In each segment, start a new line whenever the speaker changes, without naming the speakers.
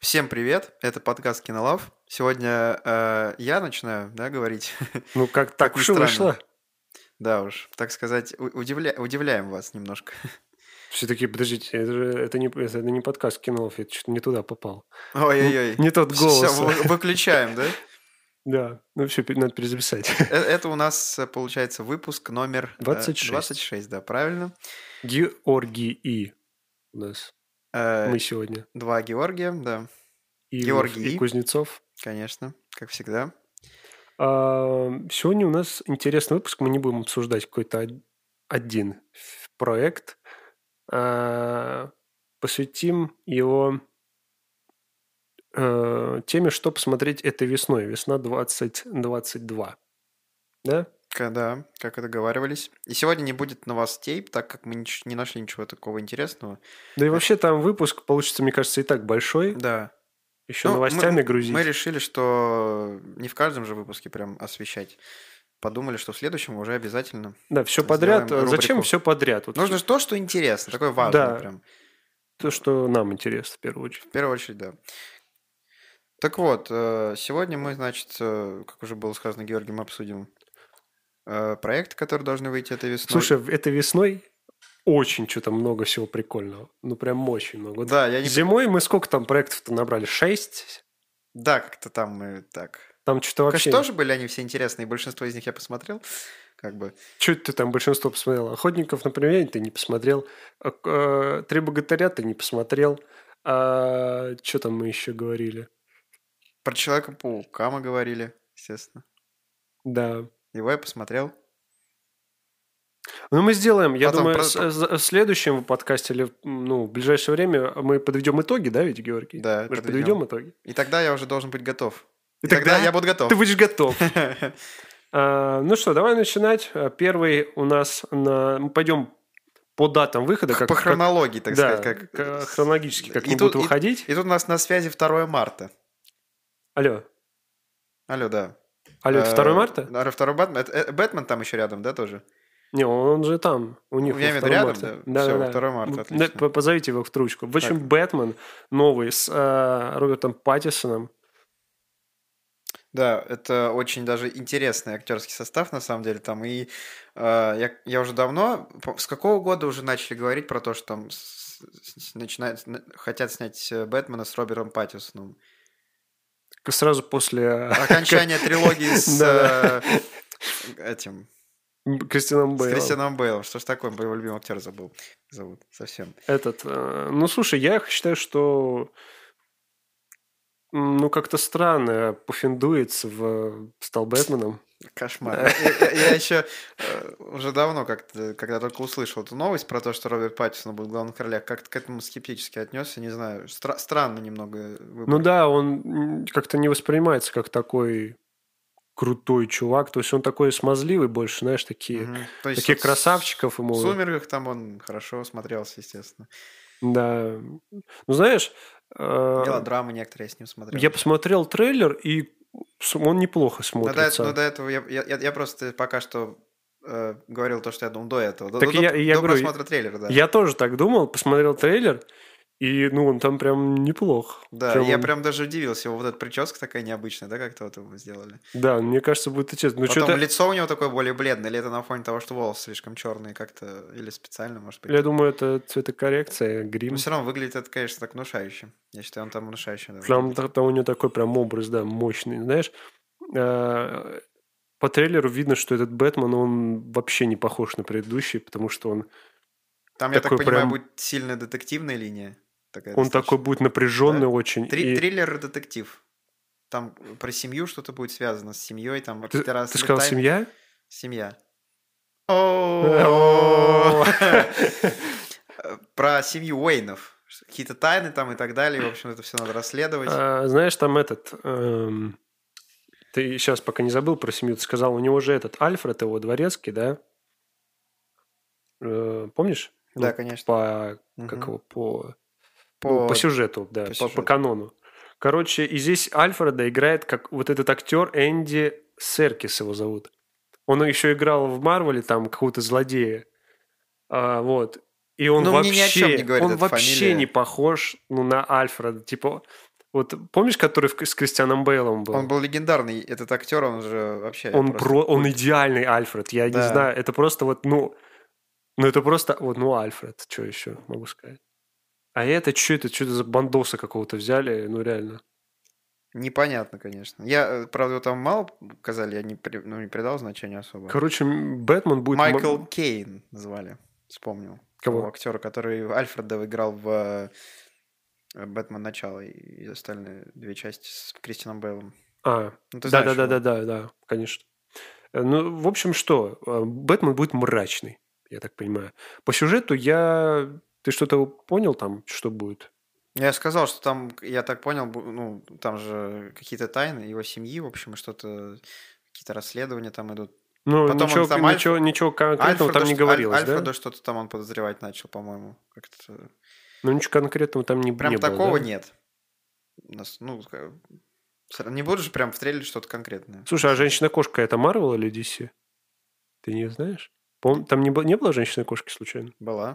Всем привет, это подкаст Кинолав. Сегодня э, я начинаю, да, говорить.
Ну, как так
ни
уж и
странно.
вышло.
Да уж, так сказать, у- удивля- удивляем вас немножко.
Все таки подождите, это, же- это не, это не подкаст кинолов, я что-то не туда попал.
Ой-ой-ой.
Не тот голос.
Все, выключаем, да?
Да, ну все, надо перезаписать.
Э, Это у нас, э, получается, выпуск номер... э,
26.
26, да, правильно.
Георгий И у нас.
Э,
Мы сегодня.
Два Георгия, да,
Ивлев
Георгий И.
И Кузнецов.
конечно, как всегда.
А, сегодня у нас интересный выпуск. Мы не будем обсуждать какой-то од- один ф- проект. А, посвятим его э, теме, что посмотреть этой весной. Весна 2022. Да?
Да, как и договаривались. И сегодня не будет новостей, так как мы нич- не нашли ничего такого интересного.
Да и вообще там выпуск получится, мне кажется, и так большой.
Да,
Еще
Ну, мы-
новостями грузить.
Мы решили, что не в каждом же выпуске прям освещать. Подумали, что в следующем уже обязательно.
Да, все
сделаем
подряд. А Зачем
рубрику.
все подряд? Вот
Нужно
Нужно
же то, что интересно, такое важное
Да.
прям.
то, что нам интересно в первую очередь.
В первую очередь, да. Так вот, э, сегодня мы, значит, э, как уже было сказано Георгием, обсудим э, проекты, которые должны выйти этой весной.
Слушай, в- этой весной очень что-то много всего прикольного. Ну, прям очень много. Вот
да, я не...
Зимой мы сколько там проектов-то набрали? Шесть?
Да, как-то там мы так...
Там что-то вообще...
Конечно, тоже были они все интересные, большинство из них я посмотрел, как бы.
Чё ты там большинство посмотрел? «Охотников на привидений» ты не посмотрел. А, э, «Три богатыря» ты не посмотрел. что там мы еще говорили?
Про Человека-паука мы говорили, естественно.
Да.
Его я посмотрел.
Ну, мы сделаем. Я
Потом
думаю,
А про-
с- с- в следующем подкасте или ну, в ближайшее время мы подведем итоги, да, ведь, Георгий?
Да,
Мы же
подведем.
подведем итоги.
И тогда я уже должен быть готов.
И
И тогда,
тогда
я буду готов.
Ты будешь готов. А, ну что, давай начинать. А, Первый у нас на... Мы пойдем по датам выхода. Как,
По
как-
хронологии, так
да,
сказать.
к-
Как...
хронологически, как
И
они
тут-
будут выходить.
И тут у нас на связи 2 марта.
Алло.
Алло, да.
Алло, это
Э,
2 марта?
Да, 2 Бэтмен. Это- э, Бэтмен там еще рядом, да, тоже?
Не, он же там, у них.
Ну, я
во
имею в виду
2
рядом,
марта.
да. Всё, во 2 марта,
Да,
отлично.
по- позовите его в тручку. В общем, Бэтмен новый с э, Робертом Паттисоном.
Да, это очень даже интересный актерский состав, на самом деле, там. И э, я, я уже давно, по- с какого года уже начали говорить про то, что там с- с- начинают, на- хотят снять э, Бэтмена с Робером Паттинсоном.
К- Сразу после а,
Окончание трилогии с
Да.
э, этим,
э, Кристианом
С
Бэйлом.
Кристианом Бейлом. Что ж такое? Моего любимого актера забыл. Зовут. Совсем.
Этот, э, ну, слушай, я считаю, что м, ну, как-то странно пуфендуется в стал Бэтменом.
Кошмар. Я, еще уже давно как-то, когда только услышал эту новость про то, что Роберт Паттисон будет в главном короле, как-то к этому скептически отнесся, не знаю. Стра- странно немного. выбор.
Ну да, он м, как-то не воспринимается как такой крутой чувак. То есть он такой смазливый больше, знаешь, такие,
Мгм. То есть
таких
вот
красавчиков
В
ему.
«Сумерках» там он хорошо смотрелся, естественно.
Да. Ну, знаешь, э,
Мелодрамы некоторые я с ним смотрел.
я посмотрел трейлер, и с- он неплохо
но до, эт-
смотрится.
но до этого я, я- я- я просто пока что э, говорил то, что я думал до этого. До,
Так
до-
я-
до
я говорю,
просмотра трейлера, да.
Я тоже так думал, посмотрел трейлер, и ну он там прям неплох.
Да, я
он-
прям даже удивился. Его вот эта прическа такая необычная, да, как-то вот его сделали.
Да, мне кажется, будет интересно. Ну,
Потом
что-то...
лицо у него такое более бледное, или это на фоне того, что волосы слишком черные как-то, или специально, может быть.
Я думаю, это цветокоррекция,
Но
грим.
все равно выглядит это, конечно, так внушающе. Я считаю, он там внушающе. да,
Там,
выглядит.
та- там у него такой прям образ, да, мощный. Знаешь, э, по трейлеру видно, что этот Бэтмен, он вообще не похож на предыдущий, потому что он,
Там, я так
такой
понимаю,
прям-
будет сильная детективная линия. Такая
он такой
достаточно.
будет напряженный
Да.
очень.
Три-
и-
Триллер-детектив. Там про семью что-то будет связано с семьей, там
Ты,
какие-то раз
ты сказал,
летаем.
семья?
Семья. Про семью Уэйнов. Какие-то тайны там и так далее. В общем, это все надо расследовать.
А, Знаешь, там этот... эм, Ты сейчас пока не забыл про семью, ты сказал, у него же этот Альфред, его дворецкий, да? Э, Помнишь?
Да,
Ну,
конечно.
По, как
Мгм.
его, по Ну,
По-
по сюжету, да,
по
по, по
сюжету.
канону. Короче, и здесь Альфреда играет как вот этот актер Энди Серкис его зовут. Он еще играл в Марвеле там какого-то злодея, А, вот. И он
Ну, мне ни о чем
вообще,
не говорит
он
эта
вообще
фамилия.
не похож ну, на Альфреда. Типа Вот помнишь, который в- с Кристианом Бейлом был?
Он был легендарный, этот актер, он же вообще...
Он,
просто-
про... он идеальный Альфред. Я не
Да.
знаю, это просто вот, ну... Ну, это просто... Вот, ну, Альфред, что еще могу сказать? А это что это? Что это за бандоса какого-то взяли? Ну, реально.
Непонятно, конечно. Я, э, правда, его там мало показали, я не, при- ну, не придал значения особо.
Короче, м, Бэтмен будет... м-
Майкл Кейн назвали, вспомнил.
Кого?
Актера, который Альфреда играл в э, «Бэтмен. Начало» и остальные две части с Кристианом Бейлом.
А,
Ну, ты
да, да,
знаешь
да,
его.
да, да, да, конечно. Э, Ну, в общем, что? э, Бэтмен будет мрачный, я так понимаю. По сюжету я... Ты что-то понял там, что будет?
Я сказал, что там, я так понял, бу- ну, там же какие-то тайны его семьи, в общем, и что-то, какие-то расследования там идут.
Ну,
Потом он
ничего,
сам Альф-
ничего, ничего конкретного Ну, там
Альфреда что-
не
Аль-
говорилось, да?
Альфреда что-то там он подозревать начал, по-моему. Как-то...
Ну, ничего конкретного там не,
Прям
не было,
такого
да?
нет. У нас, ну, ка- сра- не буду же прям в трейлере что-то конкретное.
Слушай, а «Женщина-кошка» — это Марвел или DC? Ты не знаешь? Пом- Там не, было- не было «Женщины-кошки» случайно?
Была,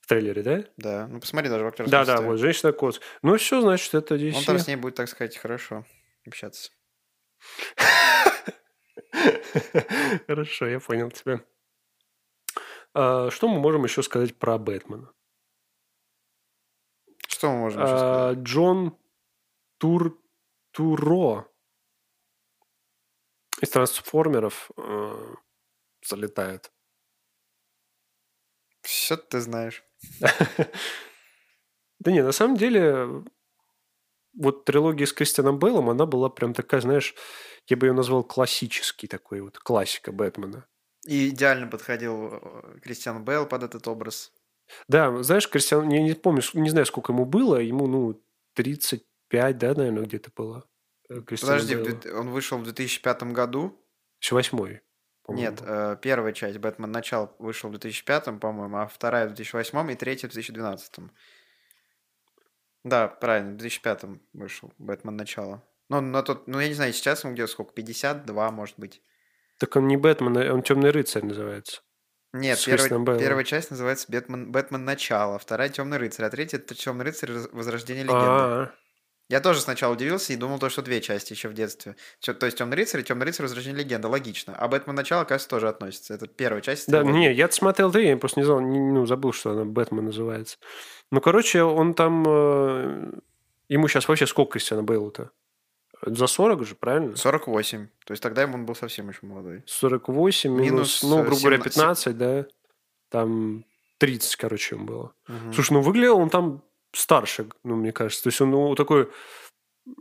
В трейлере, да?
да. Ну, посмотри даже в актерском
Да-да,
составе.
вот «Женщина-кошка». Ну, все, значит, это DC.
Он там с ней будет, так сказать, хорошо общаться.
Хорошо, я понял тебя. А, Что мы можем еще сказать про Бэтмена?
Что мы можем еще
А,
сказать?
Джон Тур... Туро из трансформеров э, залетает.
Все ты знаешь.
Да не, на самом деле, вот трилогия с Кристианом Бейлом, она была прям такая, знаешь, я бы ее назвал классический такой вот, классика Бэтмена.
И идеально подходил э, Кристиан Бейл под этот образ.
Да, знаешь, Кристиан, я не помню, не знаю, сколько ему было, ему, ну, 35, да, наверное, где-то было. э, Кристиану
Подожди, в
Бейлу.
две- он вышел в 2005 году.
2008, по-моему.
Нет, э, первая часть «Бэтмен. Начало» вышел в 2005, по-моему, а вторая в 2008 и третья в 2012. Да, правильно, в 2005 вышел «Бэтмен. Начало». Ну, на тот, ну, я не знаю, сейчас он где сколько, 52, может быть.
Так он не Бэтмен, а он Темный рыцарь называется.
Нет,
С
первая,
Кристианом Бейлом.
первая часть называется «Бэтмен, Бэтмен. Начало», вторая «Темный рыцарь», а третья «Темный рыцарь. Раз- Возрождение легенды».
А,
Я тоже сначала удивился и думал, то, что две части еще в детстве. Чё- то есть «Темный рыцарь» и «Темный рыцарь. Возрождение легенды». Логично. А «Бэтмен. Начало», кажется, тоже относится. Это первая часть.
Да,
трилогии.
не, я смотрел три, я просто не знал, не- ну, забыл, что она Бэтмен называется. Ну, короче, он там... э, ему сейчас вообще сколько Кристиана Бейлу-то? За 40 же, правильно?
48. То есть тогда ему он был совсем еще молодой.
48 минус,
Минус,
ну,
э,
грубо говоря,
17.
15, да? Там 30, короче, ему было. Слушай, ну, выглядел он там старше, ну, мне кажется. То есть он ну, такой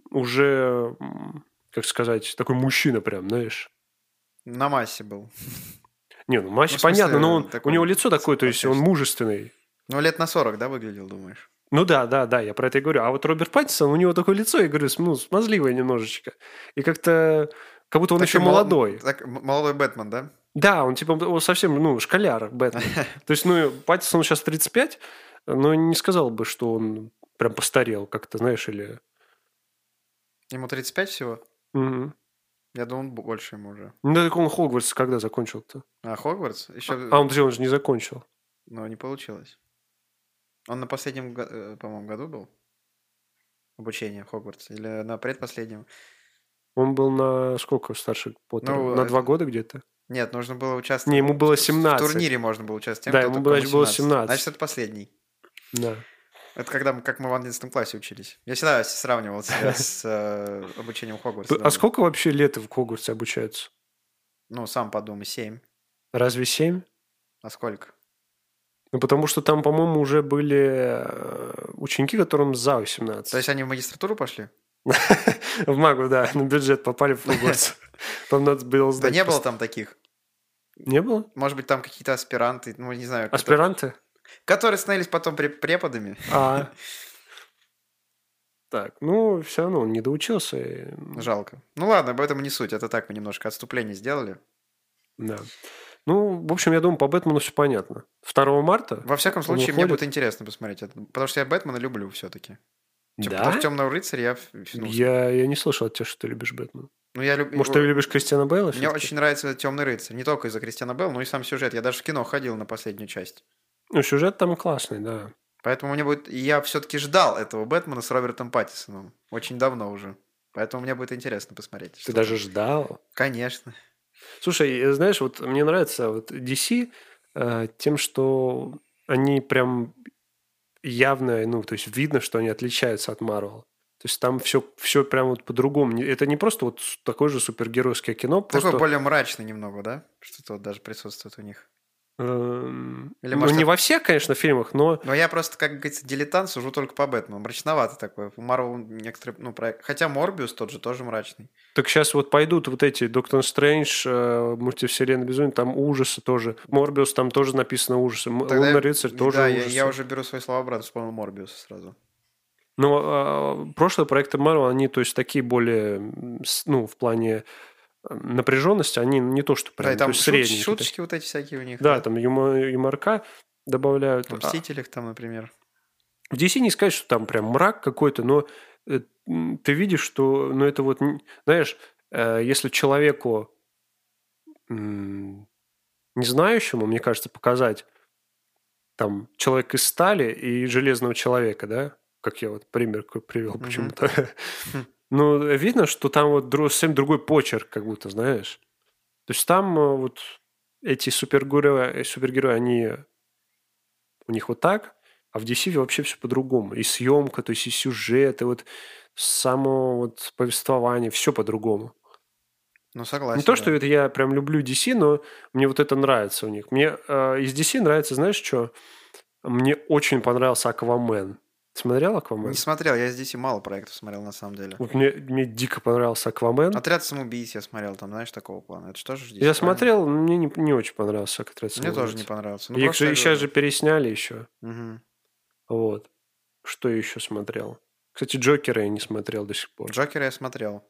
уже, м, как сказать, такой мужчина прям, знаешь.
На массе был.
Не, ну, Мася,
Ну, в смысле,
понятно, но он, у
такой
него лицо такое, то есть он
симпатичный.
мужественный.
Ну, лет на 40, да, выглядел, думаешь?
Ну да, да, да, я про это и говорю. А вот Роберт Паттинсон, у него такое лицо, я говорю, см- ну, смазливое немножечко. И как-то, как будто он
Так
еще
и мол-
молодой.
Так, м- молодой Бэтмен, да?
Да, он типа он совсем, ну, школяр Бэтмен. То есть, ну, Паттинсон сейчас 35, но не сказал бы, что он прям постарел как-то, знаешь, или...
Ему 35 всего?
Мгм.
Я думал, бо- больше ему уже.
Ну, так он Хогвартс когда закончил-то?
А Хогвартс? Еще...
А он, подожди, он же не закончил.
Но не получилось. Он на последнем, го- э, по-моему, году был? Обучение в Хогвартс. Или на предпоследнем?
Он был на сколько старше Поттера?
Ну,
на
э,
два года где-то?
Нет, нужно было участвовать.
Не, ему было
В-
17.
В турнире можно было участвовать.
Да,
кто
ему
только-
было-
кому
было 17.
Значит, это последний.
Да.
Это когда мы, как мы в 11 классе учились. Я всегда сравнивал себя с э, обучением в Хогвартсе.
А
Думаю,
сколько вообще лет в Хогвартсе обучаются?
Ну, сам подумай, 7.
Разве семь?
А сколько?
Ну, потому что там, по-моему, уже были э, ученики, которым за 18.
То есть они в магистратуру пошли?
В магу, да, на бюджет попали в Хогвартс. Там надо
Да
было сдать.
не было
пост-
там таких.
Не было?
Может быть, там какие-то аспиранты, ну, не знаю, кто-
Аспиранты?
которые становились потом пре- преподами.
А. Так, ну, все равно он не доучился. и, м,
Жалко. Ну ладно, об этом не суть. Это так мы немножко отступление сделали.
Да. Ну, в общем, я думаю, по Бэтмену все понятно. 2 марта?
Во всяком
Он
случае, мне
уходит?
будет интересно посмотреть это. Потому что я Бэтмена люблю все-таки. Потому
Да?
что темного рыцаря я... ф- Ну,
Я, я не слышал от тебя, что ты любишь Бэтмена.
ну, я люблю...
Может, ты любишь Кристиана Бейла?
Мне
всё-таки?
очень нравится «Темный рыцарь». Не только из-за Кристиана Белла, но и сам сюжет. Я даже в кино ходил на последнюю часть.
Ну, сюжет там классный, да.
Поэтому мне будет... Я все-таки ждал этого Бэтмена с Робертом Паттисоном. Очень давно уже. Поэтому мне будет интересно посмотреть.
Ты даже ждал?
Конечно.
Слушай, э, знаешь, вот мне нравится вот DC э, тем, что они прям явно, ну, то есть видно, что они отличаются от Marvel. То есть там все, все прям вот по-другому. Это не просто вот такое же супергеройское кино.
Такое
просто...
более мрачное немного, да? Что-то вот даже присутствует у них.
Или, может, ну, не во всех, конечно, фильмах, но...
Но я просто, как говорится, дилетант сужу только по Бэтмену. Мрачновато такое. У Марвел некоторые... Ну, проект... Хотя Морбиус тот же тоже мрачный.
Так сейчас вот пойдут вот эти Доктор Стрэндж, э, мультивселенная безумия, там ужасы тоже. Морбиус, там тоже написано ужасы. Тогда... Лунный рыцарь тоже
Да,
ужасы.
Я, я уже беру свои слова обратно, вспомнил Морбиуса сразу.
Но а, прошлые проекты Marvel, они, то есть, такие более, ну, в плане э, напряженности, они не то, что прям
да, и там
то есть
шут-
средние.
шуточки вот эти всякие у них.
Да, там юмо- юморка добавляют.
В «Мстителях» там, например.
А В DC не сказать, что там прям мрак какой-то, но э, м, ты видишь, что, ну, это вот, н- знаешь, э, если человеку м, не знающему, мне кажется, показать там человек из стали и железного человека, да, как я вот пример какой привел
Мгм.
почему-то. Ну, видно, что там вот дру- совсем другой почерк, как будто, знаешь. То есть там э, вот эти супергерои, э, супергерои, они у них вот так, а в DC вообще все по-другому. И съемка, то есть и сюжет, и вот само вот повествование, все по-другому.
Ну, согласен.
Не то,
да.
что это я прям люблю DC, но мне вот это нравится у них. Мне э, из DC нравится, знаешь, что? Мне очень понравился Аквамен. Смотрел Аквамен?
Не смотрел, я здесь и мало проектов смотрел, на самом деле.
Вот мне, мне дико понравился Аквамен.
«Отряд самоубийц» я смотрел, там, знаешь, такого плана. Это что же здесь?
Я смотрел, но мне не, не очень понравился «Отряд
Мне тоже не
понравился.
понравился. Ну,
Их
просто я
же сейчас же
говорю.
пересняли еще.
Мгм.
Вот. Что я еще смотрел? Кстати, Джокера я не смотрел до сих пор.
Джокера я смотрел.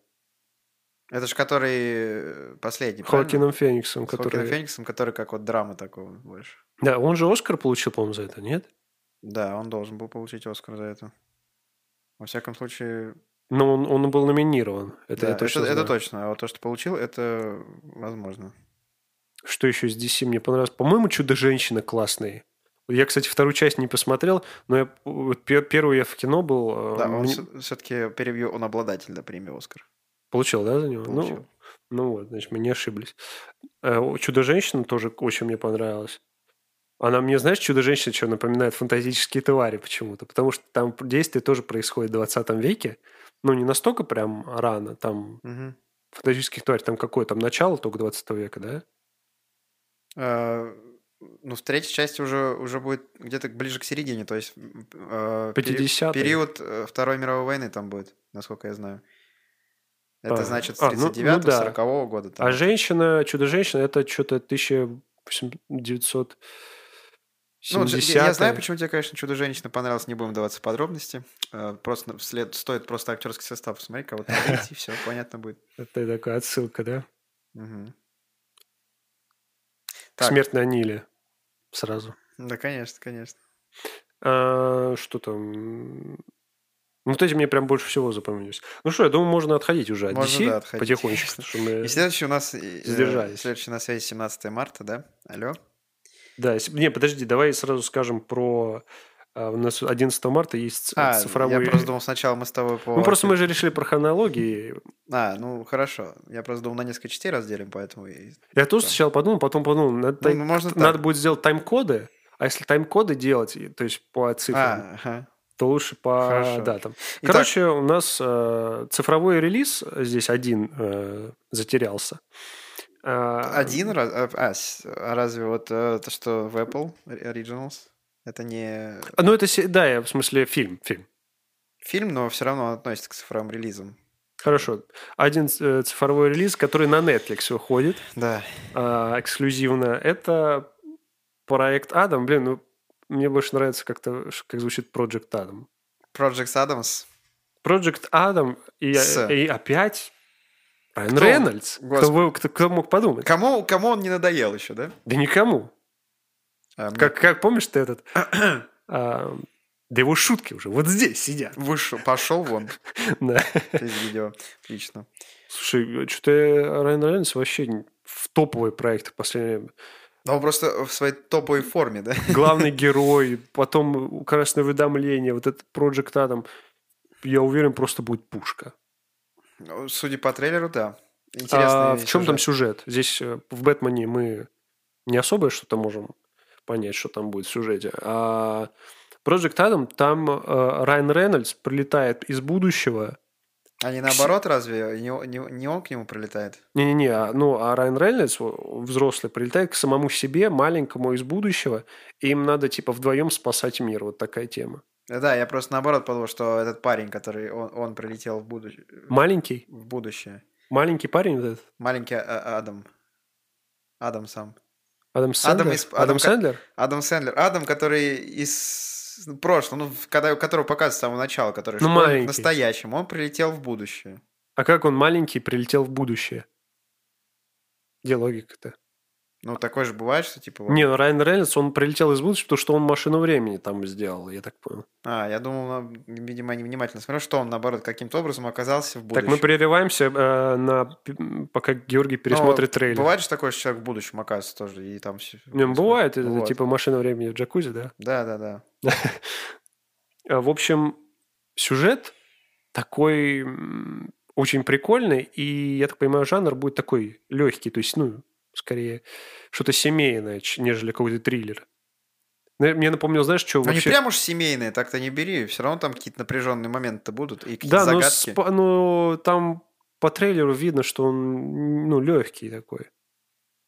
Это же который э, последний, правильно?
Хоакином Фениксом,
С Хоакином
который...
Фениксом, который как вот драма такого больше.
Да, он же Оскар получил, по-моему, за это, нет?
Да, он должен был получить Оскар за это. Во всяком случае,
Но он, он был номинирован. Это
да,
я точно
это, это
знаю.
точно. А вот то, что получил, это возможно.
Что еще из DC мне понравилось? По-моему, «Чудо-женщины» классные. Я, кстати, вторую часть не посмотрел, но я, вот пе- первую я в кино был. э,
Да, он
мне-
все-таки перевью, он обладатель да, премии Оскар.
Получил, да, за него? Ну,
Получил.
Ну вот, значит, мы не ошиблись. Э, о, Чудо-женщина тоже очень мне понравилась. Она мне, знаешь, Чудо-женщина что напоминает фантастические твари почему-то, потому что там действие тоже происходит в 20 веке, ну не настолько прям рано, там
Ну, Мгм.
фантастических тварей, там какое, там начало только 20 века, да?
Э, Ну, в третьей части уже, уже будет где-то ближе к середине, то есть м, э, пери-
50-е.
период э, Второй мировой войны там будет, насколько я знаю. Это
А,
значит с
а, ну- ну
39
да.
40 года. там.
А женщина, Чудо-женщина, это что-то 1970
Ну, вот я, я знаю, почему тебе, конечно, «Чудо-женщина» понравилось, не будем даваться в подробности. Э, Просто на- вслед стоит просто актерский состав посмотреть, кого-то найти, и все, понятно будет.
Это такая отсылка, да?
Мгм.
К
Так.
Смерть на Ниле сразу.
Да, конечно, конечно.
А, что там? Ну, вот эти мне прям больше всего запомнились. Ну что, я думаю, можно отходить уже от
Можно,
DC
да, отходить.
потихонечку. потому что мы-
И следующий у нас... э, э,
Сдержались.
Следующий на связи 17 марта, да? Алло?
Да, если- не, подожди, давай сразу скажем про... а, У нас 11 марта есть ц-
А,
цифровые...
я просто думал сначала мы с тобой по...
Ну, просто мы же решили про хронологии.
А, ну, хорошо. Я просто думал на несколько частей разделим, поэтому... и-
Я тоже
Да.
сначала подумал, потом подумал, надо,
Ну,
тай-
ну, можно
надо
так.
будет сделать тайм-коды, а если тайм-коды делать, и- то есть по цифрам,
А, ага.
то лучше по
Хорошо.
датам.
Итак.
Короче, у нас э, цифровой релиз здесь один э, затерялся. А,
Один раз... А, а, с- а разве вот э, то, что в Apple Originals, это не...
А, Ну, это, се- да, я, в смысле, фильм, фильм.
фильм, но все равно он относится к цифровым релизам.
Хорошо. Один э, цифровой релиз, который на Netflix выходит
Да.
а, эксклюзивно, это проект Адам. Блин, ну, мне больше нравится как-то, ш- как звучит Project Adam.
Project Adams.
Project Adam и, э,
С.
и опять Райан
Кто?
Рейнольдс. Кто,
Господи.
бы- кто- кто мог подумать?
Кому, кому он не надоел еще, да?
Да никому.
А, мне-
Как, как помнишь ты этот... а, да его шутки уже вот здесь сидят.
Вышел, пошел вон
Да.
из видео. Отлично.
Слушай, что-то Райан Рейнольдс вообще не- в топовые проекты в последнее время.
Да он просто в своей топовой форме, да?
Главный герой, потом «Красное уведомление», вот этот Project Adam. Я уверен, просто будет пушка.
Ну, Судя по трейлеру, да.
А
Интересно.
в чем там сюжет? Здесь э, в «Бэтмене» мы не особо что-то можем понять, что там будет в сюжете. А Project Adam, там э, Райан Рейнольдс прилетает из будущего.
А не наоборот, разве? Не, о- не, не он к нему прилетает?
Не-не-не, а, ну, а Райан Рейнольдс, о, взрослый, прилетает к самому себе, маленькому из будущего, и им надо, типа, вдвоем спасать мир. Вот такая тема.
Да, я просто наоборот подумал, что этот парень, который он, он прилетел в, будущ-
Маленький?
в будущее.
Маленький парень вот этот?
Маленький А- А- Адам. Адам сам.
Адам Сэндлер? Адам,
из- Адам Ка-
Сэндлер?
Адам Сэндлер. Адам, который из прошлого, ну, в- когда, которого показывают с самого начала, который
Ну,
что он
маленький.
в настоящем, он прилетел в будущее.
А как он маленький прилетел в будущее? Где логика-то?
Ну, такое же бывает, что типа... вот-
Не, ну Райан Рейнольдс, он прилетел из будущего, потому что он машину времени там сделал, я так понял.
А, я думал, ну, видимо, они внимательно смотрел, что он, наоборот, каким-то образом оказался в будущем.
Так, мы прерываемся, э, на, п- м, пока Георгий
Ну,
пересмотрит трейлер.
Бывает же такое, что человек в будущем оказывается тоже, и там все...
Не, ну, бывает, это типа машина времени в джакузи, да?
Да-да-да.
Э, В общем, сюжет такой м, очень прикольный, и, я так понимаю, жанр будет такой легкий, то есть, ну, скорее, что-то семейное, ч- нежели какой-то триллер. Ну, и Мне напомнил, знаешь, что
Ну, не
вообще...
прям уж семейные, так-то не бери. Все равно там какие-то напряженные моменты будут и какие-то
Да, ну, но,
загадки.
спа- но там по трейлеру видно, что он, ну, легкий такой.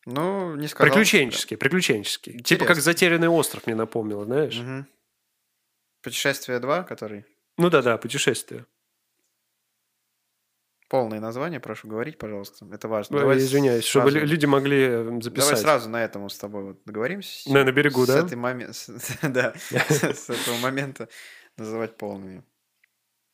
Ну, не сказал.
приключенческий, приключенческий. Типа как
Интересно.
«Затерянный остров» мне напомнило, знаешь?
Мгм. Путешествие 2, который...
Ну да-да, путешествие.
Полное название, прошу говорить, пожалуйста. Это важно.
Ой,
Давай
Извиняюсь, чтобы
сразу-
лю- люди могли э, записать.
Давай сразу на этом с тобой вот договоримся.
На- на берегу,
с
да?
этой моме- с- Да, с этого момента называть полными.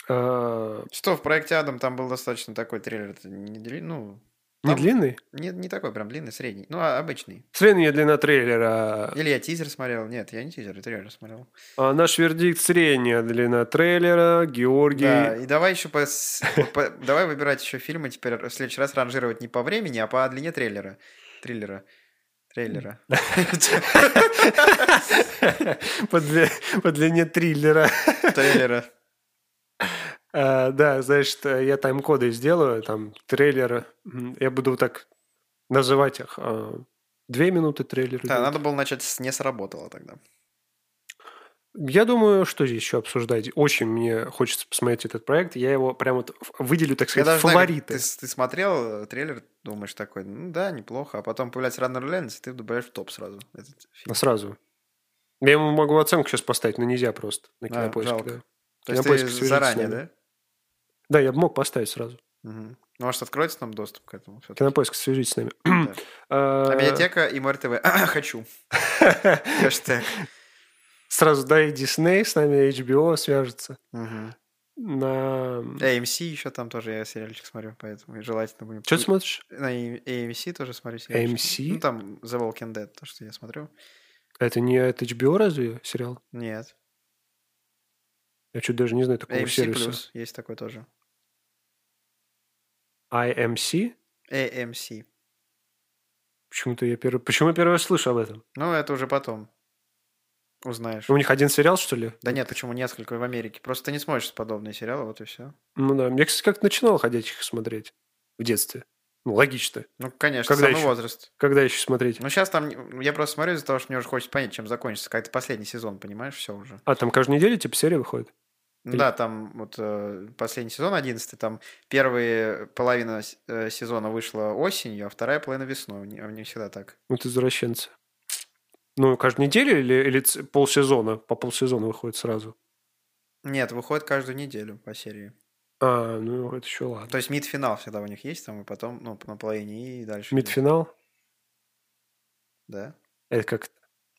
А,
Что, в проекте Адам там был достаточно такой трейлер, это не дли- ну,
Не
Там-
длинный?
не, не такой прям длинный, средний, ну, а- обычный.
Средняя длина трейлера.
Или я тизер смотрел, нет, я не тизер, я трейлер смотрел.
А, наш вердикт средняя длина трейлера. Георгий.
Да, и давай еще по, с- по- давай выбирать еще фильмы теперь в следующий раз ранжировать не по времени, а по длине трейлера. Триллера. Трейлера.
По, дли- по длине триллера.
Трейлера.
А, да, значит, я тайм-коды сделаю, там, трейлер. М, Я буду вот так называть их. а, Две минуты трейлера.
Да, надо было начать с «не сработало» тогда.
Я думаю, что здесь еще обсуждать. Очень мне хочется посмотреть этот проект. Я его прям вот в- выделю, так
Я
сказать,
даже знаю, как
фавориты.
Ты, с- ты смотрел э, трейлер, думаешь такой, ну да, неплохо, а потом появляется Раннер Ленс, и ты добавляешь в топ сразу. этот фильм.
А Сразу. Я ему могу оценку сейчас поставить, но нельзя просто на
А,
кинопоиске.
жалко.
да.
То есть
Кинопоиск
ты
свяжется с
заранее,
нами.
да?
Да, я бы мог поставить сразу.
Мгм. Ну, может, откроется нам доступ к этому? всё-таки?
Кинопоиск, свяжитесь с нами.
Да. А
А,
Медиатека и МРТВ. хочу. Хэштег.
Сразу, да, и Disney с нами, HBO свяжется.
Мгм.
На...
AMC еще там тоже я сериальчик смотрю, поэтому и желательно будем...
Что ты смотришь?
На A- AMC тоже смотрю сериальчик.
AMC?
Ну, там The Walking Dead, то, что я смотрю.
А Это не от HBO разве сериал?
Нет.
Я чуть даже не знаю такого
AMC+,
сервиса.
А плюс есть такой тоже.
А IMC?
AMC.
Почему-то я первый... Почему я первый раз слышу об этом?
Ну, это уже потом узнаешь.
У них один сериал, что ли?
Да нет, почему несколько в Америке? Просто ты не смотришь подобные сериалы, вот и все.
Ну да. Я, кстати, как-то начинал ходячих смотреть в детстве. Ну, логично.
Ну, конечно,
Когда
самый
еще?
возраст.
Когда еще смотреть?
Ну, сейчас там... не- Я просто смотрю из-за того, что мне уже хочется понять, чем закончится. Какой-то последний сезон, понимаешь, все уже.
А, там каждую неделю типа серия выходит?
Ну
Или-
Да, там вот э, последний сезон, 11 там первая половина с- э, сезона вышла осенью, а вторая половина весной. У не- у них всегда так.
Вот извращенцы. Ну, каждую неделю или, или ц- полсезона? По полсезона выходит сразу.
Нет, выходит каждую неделю по серии.
А, ну это еще ладно.
То есть мид-финал всегда у них есть, там и потом, ну, на половине и дальше. идет.
Мидфинал?
Да.
Это как?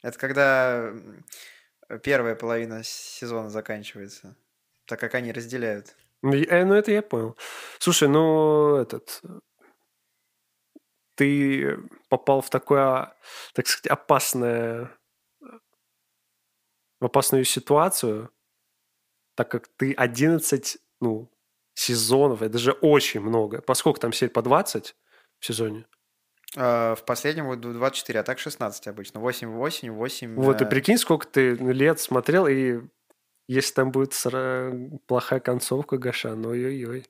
Это когда м, первая половина сезона заканчивается, так как они разделяют.
Ну, я- э, ну, это я понял. Слушай, ну этот... Ты попал в такое, так сказать, опасное... В опасную ситуацию, так как ты 11, ну, сезонов, это же очень много. Поскольку там серий по 20 в сезоне?
Э, В последнем году 24, а так 16 обычно. 8 в 8, 8...
Вот, и
э,
прикинь, сколько ты лет смотрел, и если там будет сра- плохая концовка, Гашан, ой-ой-ой.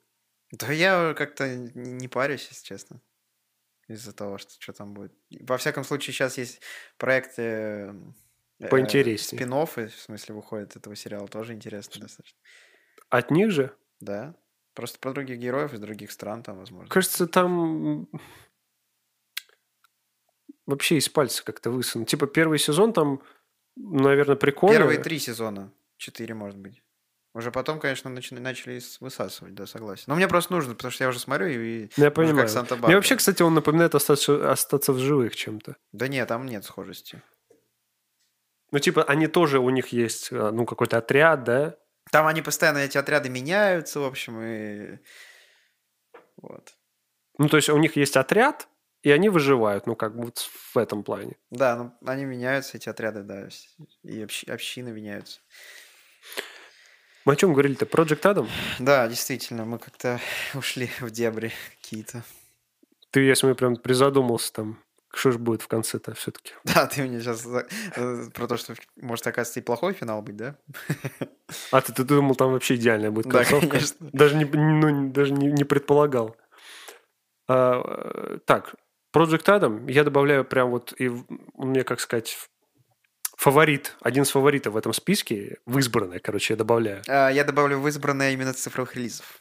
Да я как-то н- не парюсь, если честно. Из-за того, что, что там будет. И, Во всяком случае, сейчас есть проекты... э,
Поинтереснее.
Спин-оффы, в смысле, выходят этого сериала. Тоже интересно достаточно.
От них же?
Да. Просто про других героев из других стран там, возможно.
Кажется, там м, вообще из пальца как-то высуну. Типа первый сезон там, наверное, прикольно.
Первые три сезона. Четыре, может быть. Уже потом, конечно, начали, начали с- высасывать, да, согласен. Но мне просто нужно, потому что я уже смотрю и... и
Ну, Я
уже
понимаю.
Как санта
Мне вообще, кстати, он напоминает остаться, остаться в живых чем-то.
Да нет, там нет схожести.
Ну, типа, они тоже, у них есть, а, ну, какой-то отряд, да?
Там они постоянно, эти отряды меняются, в общем, и... Вот.
Ну, то есть у них есть отряд, и они выживают, ну, как бы вот в этом плане.
Да, ну, они меняются, эти отряды, да, с- и общ- общины меняются.
Мы о чем говорили-то? Project Adam?
Да, действительно, мы как-то ушли в дебри какие-то.
Ты, я смотрю, прям призадумался там, что же будет в конце-то все-таки.
Да, ты мне сейчас про то, что может, оказывается, и плохой финал быть, да?
А ты, ты думал, там вообще идеальная будет
Да,
концовка?
конечно.
Даже не, ну, даже не, не предполагал. А, э, так, Project Adam я добавляю прям вот, и в- он мне, как сказать, в- фаворит, один из фаворитов в этом списке, в избранное, короче, я добавляю.
А, Я добавлю в избранное именно цифровых релизов.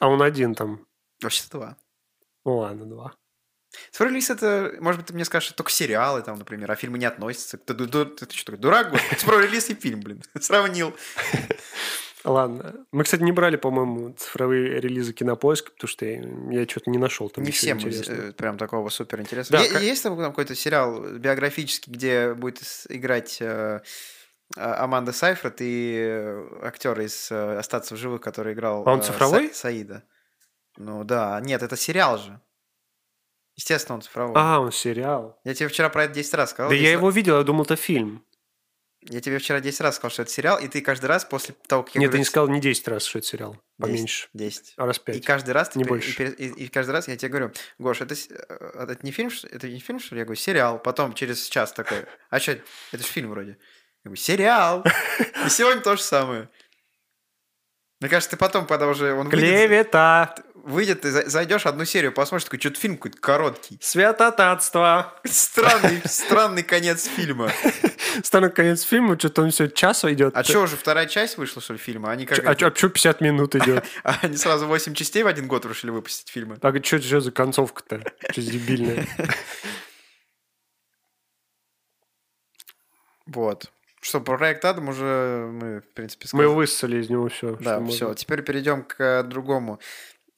А он один там.
Вообще-то два.
Ну ладно, два.
Цифровой релиз это, может быть, ты мне скажешь, это только сериалы, там, например, а фильмы не относятся. Ты, ду- ду- ты- ты что, такой дурак? господи? Цифровой релиз и фильм, блин. Сравнил.
Ладно. Мы, кстати, не брали, по-моему, цифровые релизы кинопоиска, потому что я, я что-то не нашел там
не
ничего
всем
интересного.
э, прям такого супер интересного.
Да,
Е-
как-
Есть там там какой-то сериал биографический, где будет с- играть э, а- Аманда Сайфред и э, актер из э, «Остаться в живых», который играл
А он
э, Са-
цифровой?
Саида. Ну да, нет, это сериал же. Естественно, он цифровой.
А, он сериал.
Я тебе вчера про это 10 раз сказал.
Да я
если-
его видел, я думал, это фильм.
Я тебе вчера 10 раз сказал, что это сериал, и ты каждый раз после того, как я
Нет,
говорю
ты не сказал не 10 раз, что это сериал. Поменьше.
10.
А раз 5.
И каждый раз ты
не
пер- и
больше.
пере- и, и каждый раз я тебе говорю, Гош, это, с- э, это не фильм, что- это не фильм, что ли? Я говорю, сериал. Потом через час такой, а что, это же фильм вроде. Я говорю, сериал. И сегодня то же самое. Мне кажется, ты потом, когда уже он выйдет,
Клевета,
выйдет, ты за- зайдешь одну серию, посмотришь, такой, что-то фильм какой-то короткий.
святотатство.
Странный, странный конец фильма.
Стану конец фильма, что-то он все час идет.
А что, уже вторая часть вышла, что ли, фильма? Они как
Чё- а
это-
чё- а чё 50 минут идет?
А Они сразу 8 частей в один год решили выпустить фильмы.
Так что это за концовка-то? Что дебильная?
Вот. Что, про проект Адам уже мы, в принципе, сказали.
Мы высосали из него все.
Да, все. Теперь перейдем к э, другому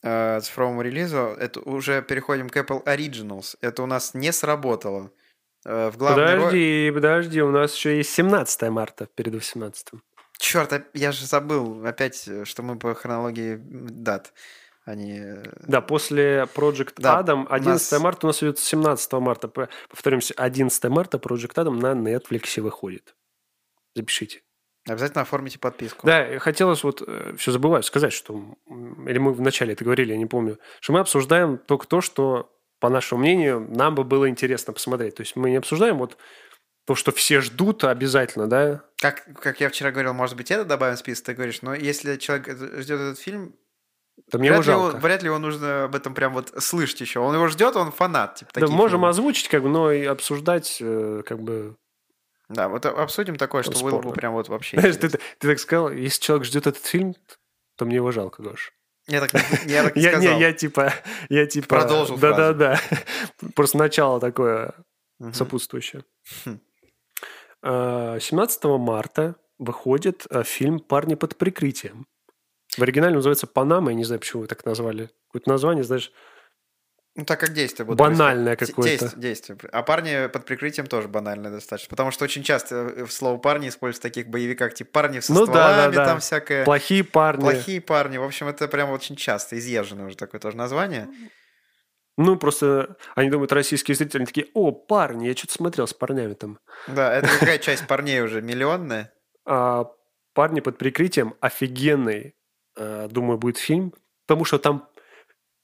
э, цифровому релизу. Это уже переходим к Apple Originals. Это у нас не сработало. Э, в главной роли...
Подожди, подожди, у нас еще есть 17 марта перед 18
Черт, а я же забыл опять, э, что мы по хронологии м, дат. Они... э,
Да, после Project
Да,
Adam,
у
11
нас-
марта у нас идет 17 марта. П- Повторимся, 11 марта Project Adam на Netflix выходит. Запишите.
Обязательно оформите подписку.
Да, и хотелось вот все забываю сказать, что м, или мы вначале это говорили, я не помню, что мы обсуждаем только то, что по нашему мнению нам бы было интересно посмотреть. То есть мы не обсуждаем вот то, что все ждут обязательно, да?
Как, как я вчера говорил, может быть, это добавим в список, ты говоришь, но если человек ждет этот фильм,
Да мне его
вряд ли, его,
жалко.
вряд ли его нужно об этом прям вот слышать еще. Он его ждет, он фанат. Типа,
Да,
таких
можем
фильмов.
озвучить, как бы, но и обсуждать, э, как бы.
Да, вот э, обсудим такое,
Там
что было бы
спорно.
прям вот вообще.
Знаешь, ты,
интересно.
ты так сказал, если человек ждет этот фильм, то мне его жалко, Гош.
Я так не я так не
Я
сказал.
не, я типа, я типа.
Продолжил
Да, да, да. Просто начало такое
Мгм.
сопутствующее.
Хм.
А, 17 марта выходит а, фильм «Парни под прикрытием». В оригинале он называется «Панама», я не знаю, почему его так назвали. Какое-то название, знаешь,
Ну, так как действие будет.
банальное
Действие,
какое-то.
действие. А парни под прикрытием тоже банальное достаточно. Потому что очень часто э, слово парни используют в таких боевиках, типа парни со
Ну да, да,
стволами,
да.
там всякое.
«Плохие парни».
Плохие парни. В общем, это прям очень часто изъезженное уже такое тоже название.
Ну, просто они думают, российские зрители, они такие, «О, парни, я что-то смотрел с парнями там».
Да, это какая часть парней уже миллионная.
А а, «Парни под прикрытием» офигенный, э, думаю, будет фильм, потому что там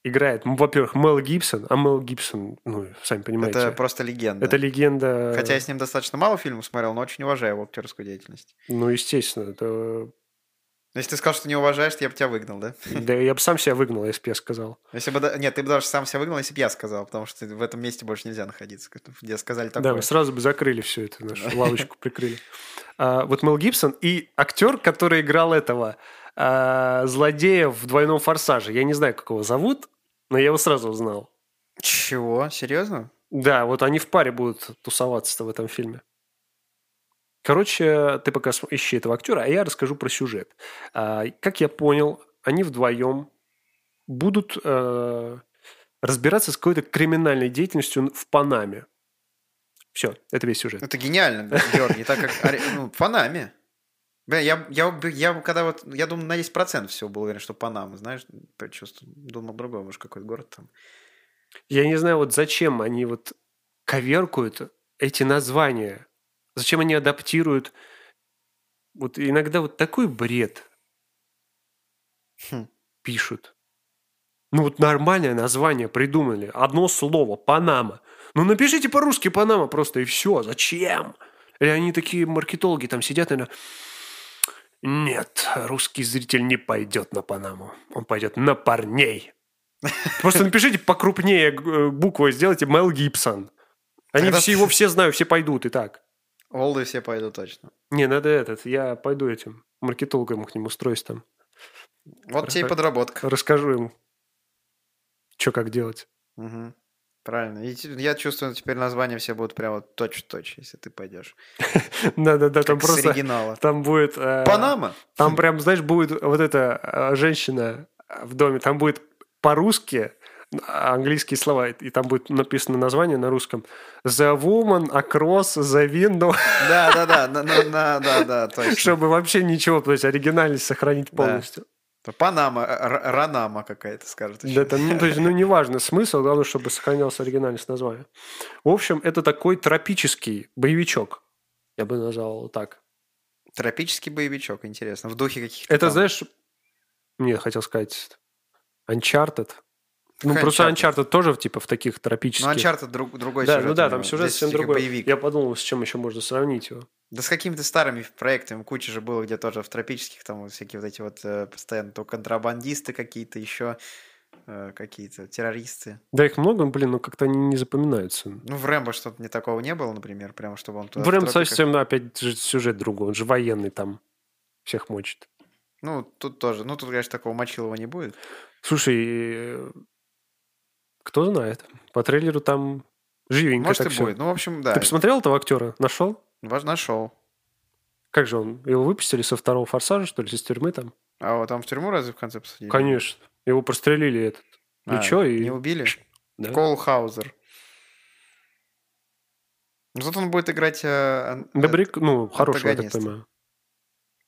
играет, ну, во-первых, Мел Гибсон, а Мел Гибсон, ну, сами понимаете.
Это просто легенда.
Это легенда...
Хотя я с ним достаточно мало фильмов смотрел, но очень уважаю его актерскую деятельность.
Ну, естественно, это...
Если ты сказал, что не уважаешь, я бы тебя выгнал, да?
Да я бы сам себя выгнал, если бы я сказал.
Если бы... да- Нет, ты бы даже сам себя выгнал, если бы я сказал, потому что в этом месте больше нельзя находиться, где сказали
Да,
такое.
мы сразу бы закрыли все это, нашу лавочку прикрыли. А, вот Мел Гибсон и актер, который играл этого а, злодея в «Двойном форсаже». Я не знаю, как его зовут, но я его сразу узнал.
Чего? Серьезно?
Да, вот они в паре будут тусоваться-то в этом фильме. Короче, ты пока см- ищи этого актера, а я расскажу про сюжет. А, Как я понял, они вдвоем будут э, разбираться с какой-то криминальной деятельностью в Панаме. Все, это весь сюжет.
Это гениально, Георгий, так как ари- ну, Панаме. Бля, я, я, бы- я бы когда вот, я думал, на 10% всего был уверен, что Панама, знаешь, предчувствовал. Думал, другой, может, какой город там.
Я не знаю, вот зачем они вот коверкуют эти названия. Зачем они адаптируют вот иногда вот такой бред
Хм.
пишут. Ну вот нормальное название придумали. Одно слово. Панама. Ну напишите по-русски Панама просто и все. Зачем? Или они такие маркетологи там сидят, наверное, нет, русский зритель не пойдет на Панаму. Он пойдет на парней. Просто напишите покрупнее э, буквы, сделайте Мел Гибсон. Они
Тогда-
все, его все знают, все пойдут и так.
Олды все пойду точно.
Не, надо этот, я пойду этим маркетологом к ним устроюсь там.
Вот тебе и подработка.
Расскажу им, что как делать.
Мгм. Правильно. И те- я чувствую, теперь названия все будут прямо точь-в-точь, если ты пойдешь.
Да-да-да, там
Как с
просто...
оригинала.
Там будет... э,
Панама?
Там прям, знаешь, будет вот эта э, женщина в доме, там будет по-русски а, английские слова, и там будет написано название на русском. The woman across the window,
Да, да, да, на- на- на- да, да, точно.
чтобы вообще ничего, то есть оригинальность сохранить
Да.
полностью.
Панама, э, Р- Ранама какая-то скажет.
Да,
ещё.
там, ну, то есть, ну, неважно смысл, главное, чтобы сохранялся оригинальность названия. В общем, это такой тропический боевичок, я бы назвал его так.
Тропический боевичок, интересно. В духе каких-то
Это,
там-
знаешь, не, хотел сказать, Uncharted. Ну,
Какая
просто
Uncharted?
Uncharted тоже типа в таких
Ну,
тропических...
Uncharted друг, другой
да,
сюжет.
ну да,
у
там
него.
сюжет
Здесь
совсем
всё-таки
другой.
Боевик.
Я подумал, с чем еще можно сравнить его.
Да с какими-то старыми проектами куча же было, где тоже в тропических, там вот всякие вот эти вот э, постоянно то контрабандисты какие-то, еще какие-то террористы.
Да, их много, но, блин, но как-то они не запоминаются.
Ну, в Рэмбо что-то не такого не было, например, прямо чтобы он туда... в
В Рэм
тропиках-
совсем опять же сюжет другой, он же военный там всех мочит.
Ну, тут тоже. Ну, тут, конечно, такого мочилова не будет.
Слушай, э, кто знает, по трейлеру там живенько
Может,
так
и
всё.
будет. Ну, в общем, да.
Ты посмотрел этого актера? Нашел?
Важ- Нашел.
Как же он? Его выпустили со второго форсажа, что ли, из тюрьмы там?
А вот там в тюрьму разве в конце посадили?
Конечно. Его прострелили этот.
А,
Ну чё, и...
Не убили?
Да.
Коул Хаузер. Ну, тут он будет играть... э, ан-
Добряк, ну, хорошего, я так
антагонист.
понимаю.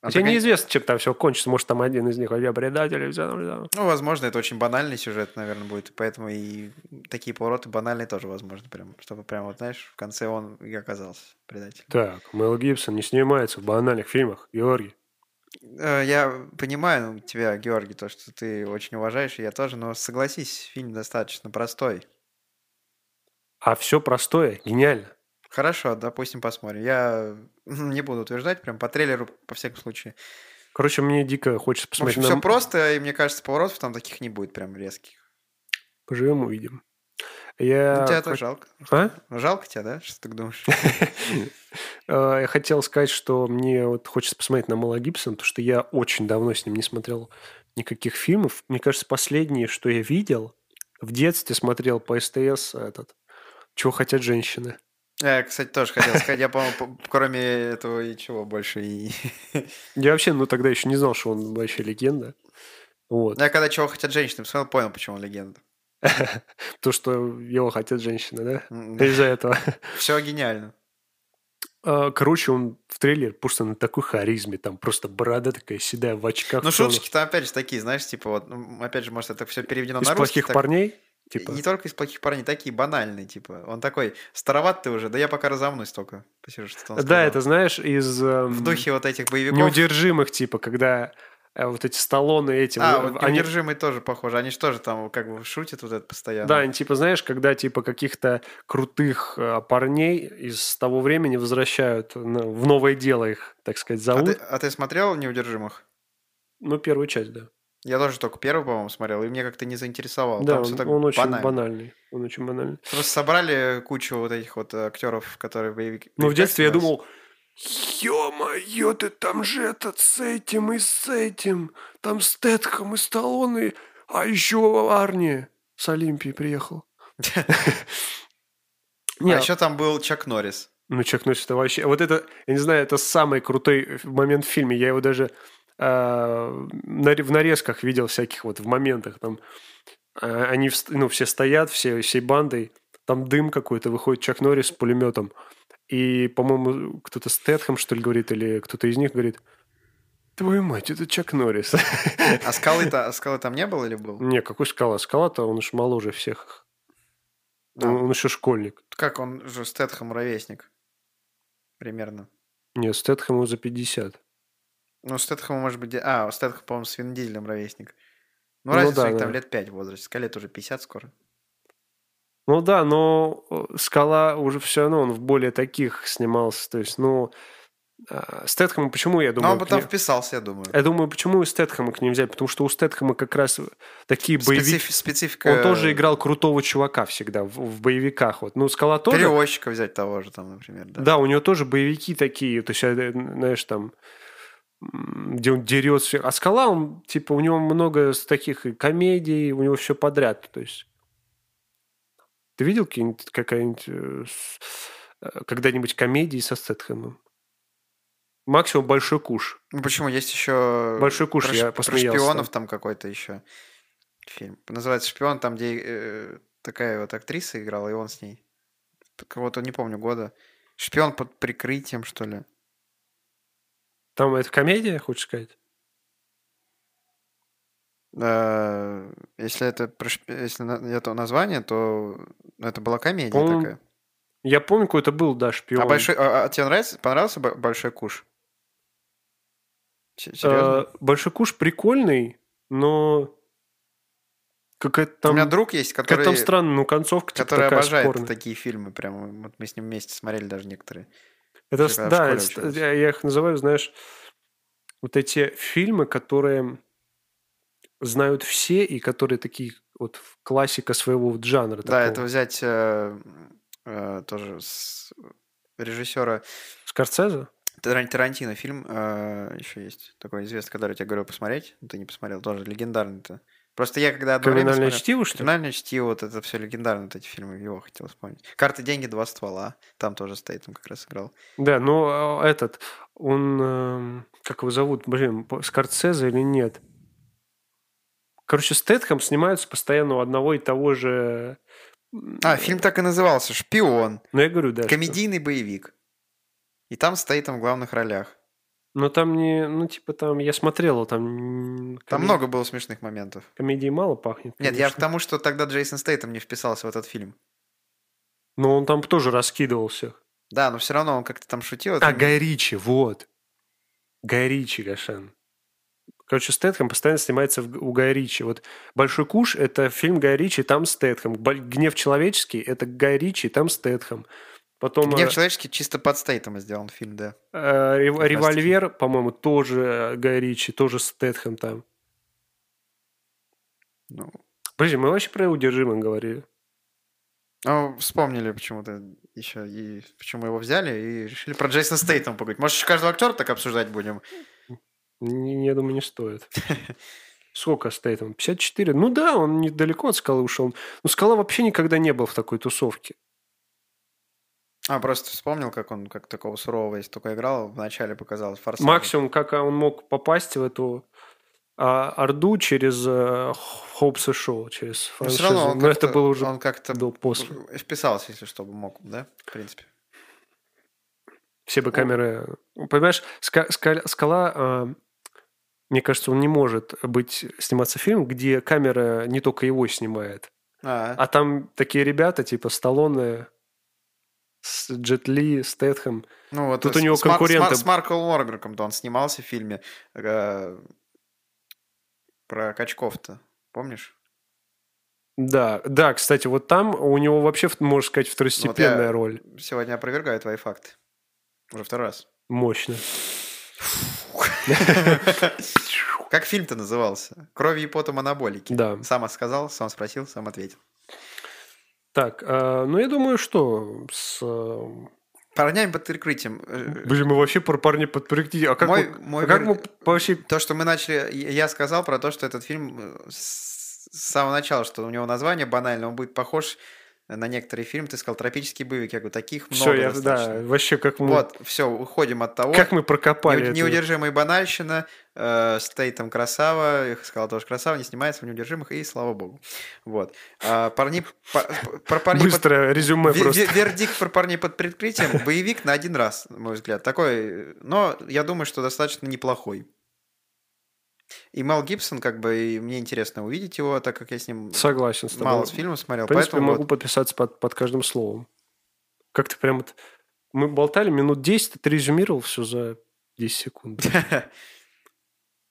Хотя
антагони-
неизвестно, чем там все кончится. Может, там один из них, а я предатель, и всё там, и там.
Ну, возможно, это очень банальный сюжет, наверное, будет, и поэтому и такие повороты банальные тоже возможно, прям, чтобы прям вот, знаешь, в конце он и оказался предателем.
Так, Мэл Гибсон не снимается в банальных фильмах. Георгий.
Э, Я понимаю ну, тебя, Георгий, то, что ты очень уважаешь, и я тоже, но согласись, фильм достаточно простой.
А все простое, гениально.
Хорошо, допустим, посмотрим. Я не буду утверждать, прям по трейлеру, по всякому случае.
Короче, мне дико хочется
В общем,
посмотреть.
все
на-
просто, и мне кажется, поворотов там таких не будет прям резких.
Поживем, увидим.
Ну,
Я...
тебя
хот-
тоже жалко. Ну,
А?
Жалко тебя, да? Что ты так думаешь?
Э, Я хотел сказать, что мне вот хочется посмотреть на Мэла Гибсона, потому что я очень давно с ним не смотрел никаких фильмов. Мне кажется, последнее, что я видел, в детстве смотрел по СТС этот «Чего хотят женщины».
Я, Э, кстати, тоже хотел сказать, я, по-моему, по- кроме этого и чего больше и...
Я вообще, ну, тогда еще не знал, что он вообще легенда. Вот.
Я когда чего хотят женщины, посмотрел, понял, почему он легенда.
То, что его хотят женщины, да? Из-за этого.
Все гениально.
А, Короче, он в трейлере просто на такой харизме, там просто борода такая седая в очках.
Ну,
в тонах.
шуточки там, опять же, такие, знаешь, типа вот, ну, опять же, может, это все переведено
Из
на русский.
плохих
так-
парней? Типа,
Не только из плохих парней, такие банальные, типа. Он такой, староват ты уже, да я пока разомнусь только. Посижу, что он
да,
сказал».
это, знаешь, из... эм,
В духе вот этих боевиков.
неудержимых, типа, когда вот эти Сталлоны эти. э,
А, вот они... «Неудержимые» тоже похожи. Они же тоже там как бы шутят вот это постоянно.
Да, они типа, знаешь, когда типа каких-то крутых э, парней из того времени возвращают ну, в новое дело их, так сказать, зовут.
А ты, а ты смотрел «Неудержимых»?
Ну, первую часть, да.
Я тоже только первый, по-моему, смотрел, и мне как-то не заинтересовал.
Да,
Там
он,
всё так
он очень
банально.
банальный. Он очень банальный.
Просто собрали кучу вот этих вот актеров, которые боевики.
Ну, в детстве я
боевиках
думал, ё-моё, ты там же этот с этим и с этим, там с Тетхом и Сталлоне, а еще Арни с Олимпии приехал.
снимались.
Нет,
А еще там был Чак Норрис.
ну Чак Норрис это вообще... Вот это, я не знаю, это самый крутой ф- момент в фильме. Я его даже э, наре- в нарезках видел всяких вот в моментах. Там э, они вст- ну, все стоят, все, всей бандой. Там дым какой-то, выходит Чак Норрис с пулеметом. И, по-моему, кто-то с Тетхом, что ли, говорит, или кто-то из них говорит, твою мать, это Чак Норрис.
А скалы-то, а скалы там не было или был?
Не, какой скала? Скала-то он уж моложе всех. их.
Да.
Он, он еще школьник.
Как он же с Тетхом ровесник? Примерно.
Нет, с Тетхом за 50.
Ну, с Тетхом может быть... де- А, с Тетхом, по-моему, с Вин Дизелем ровесник. Ну,
Ну
разница
да,
у них там
да.
лет 5 в возрасте. Скале тоже 50 скоро.
Ну да, но э, скала уже все равно, он в более таких снимался. То есть, ну, э, с Тетхом почему я
Но
думаю... Э,
он бы
к
там
не-
вписался, я думаю.
Я думаю, почему с Тетхэма к ним взяли? Потому что у Стэтхэма как раз такие боевики...
Специф- Специфика...
Он тоже играл крутого чувака всегда в, в боевиках. Вот. Ну, Скала тоже...
Перевозчика взять того же там, например, да.
Да. у него тоже боевики такие, то есть, э, знаешь, там, м, где он дерется. А Скала, он, типа, у него много с таких и комедий, у него все подряд, то есть. Ты видел какие-нибудь- какая-нибудь, э, с- э, когда-нибудь комедии со Стэтхэмом? Максимум «Большой куш».
Ну, почему? Есть еще...
«Большой куш»,
про,
я
шп- про
посмеялся.
шпионов там какой-то еще фильм. Называется «Шпион», там, где э, такая вот актриса играла, и он с ней. Кого-то, не помню, года. «Шпион под прикрытием», что ли.
Там это комедия, хочешь сказать?
Э, Если это про шп- если на- это название, то это была комедия
По-моему,
такая.
Я помню, какой это был, да, шпион.
А большой, а- а тебе нравится, понравился бо- большой куш? Се- Серьезно?
Э, «Большой куш» прикольный, но какая-то там...
У меня друг есть, который,
Как там странно, ну концовка типа,
который
такая
обожает
спорная.
такие фильмы, прям вот мы с ним вместе смотрели даже некоторые. когда
Это,
в
да,
школе
это-
учились.
я, я их называю, знаешь, вот эти фильмы, которые знают все и которые такие вот в- классика своего вот жанра.
Да,
Типа такого.
это взять э, э, тоже с режиссера
Скорсезе?
Таран- Тарантино фильм еще есть такой известный, который я тебе говорю посмотреть, но ты не посмотрел, тоже легендарный-то. Просто я когда одно время
Криминальное
смотрел-
чтиво, что ли?
Криминальное чтиво, вот это все легендарно, вот эти фильмы, его хотел вспомнить. «Карты, деньги, два ствола», там тоже стоит, он как раз играл.
Да, но э, этот, он, эм, как его зовут, блин, по- Скорсезе или нет? Короче, с Тетхом снимаются постоянно у одного и того же... м,
А, фильм так и назывался «Шпион»,
Ну, я говорю, Э, да. что-
комедийный боевик. И там стоит он в главных ролях.
Но там не... Ну, типа там... Я смотрел, там... м,
Там
комедии-
много было смешных моментов.
Комедии мало пахнет,
Нет, я к
конечно.
тому, что тогда Джейсон Стейтем не вписался в этот фильм.
Но он там тоже раскидывал всех.
Да, но все равно он как-то там шутил. это
А,
не-
Гай Ричи, вот. Гай Ричи, Гошан. Короче, Стэтхэм постоянно снимается в- у Гай Ричи. Вот «Большой куш» — это фильм Гай Ричи, там Стэтхэм. Бо- «Гнев человеческий» — это Гай Ричи, там Стэтхэм. Потом
Гнев
э,
человеческий чисто под Стейтема сделан фильм, да.
э, рев-
Фантастика.
«Револьвер», по-моему, тоже э, Гай Ричи, тоже Стэтхэм там.
Ну,
Подожди, мы вообще про «Удержимых» говорили.
ну, вспомнили почему-то еще, и почему его взяли, и решили про Джейсона Стейтема поговорить. Может, каждого актера так обсуждать будем?
Не- Я думаю, не стоит. Сколько стоит он? 54? Ну да, он недалеко от скалы ушел. Но скала вообще никогда не был в такой тусовке.
А, просто вспомнил, как он, как такого сурового, если только играл, вначале показал форсаж.
Максимум, как он мог попасть в эту а, Орду через э, Хоббса Шоу, через
Но
франшизу.
все равно он
Но Ну, это
как-то-
было уже
он как-то
до после.
вписался, если что, бы мог, да, в принципе.
Все бы камеры... э, Понимаешь, ска- ска- скала... э, мне кажется, он не может быть сниматься фильм, где камера не только его снимает.
А,
А там такие ребята, типа Сталлоне, с Джет Ли, Стэтхэм.
ну вот
тут
с-
у него
с Мар- с Мар-
конкуренты-
С Марком Уорбергом-то он снимался в фильме э, Про качков-то, помнишь?
Да, да, кстати, вот там у него вообще, можно сказать, второстепенная
я-
роль.
Сегодня опровергаю твои факты. Уже второй раз.
Мощно.
Как фильм-то назывался? «Кровью и потом анаболики».
Да.
Сам сказал, сам спросил, сам ответил.
Так, а, ну я думаю, что с... э,
Парнями под прикрытием. Э,
Блин, мы вообще про парня подпрыгти. А как,
Мой-
мы,
мой
а как
вер-
мы вообще...
То, что мы начали, я сказал про то, что этот фильм э, с с самого начала, что у него название банально, он будет похож на некоторые фильмы. Ты сказал тропический боевик, я говорю, таких много
Все, я... Да,
достаточно.
вообще как мы...
Вот, все, уходим от того.
Как мы прокопали
Неу-
это?
Неудержимый банальщина, э, Стейтом красава, их сказал тоже красава, не снимается в неудержимых, и слава богу. Вот. А, парни, па- про парней под-
Быстро резюме
Ве-
просто.
ве- Вердикт про парней под прикрытием. Боевик на один раз, на мой взгляд. Такой, э, но я думаю, что достаточно неплохой. И Мел Гибсон, как бы, и мне интересно увидеть его, так как я с ним
Согласен с тобой.
мало с фильмов смотрел.
В принципе,
А поэтому
могу
вот,
подписаться под, под каждым словом. Как ты прям... вот- Мы болтали минут 10, ты резюмировал все за 10 секунд.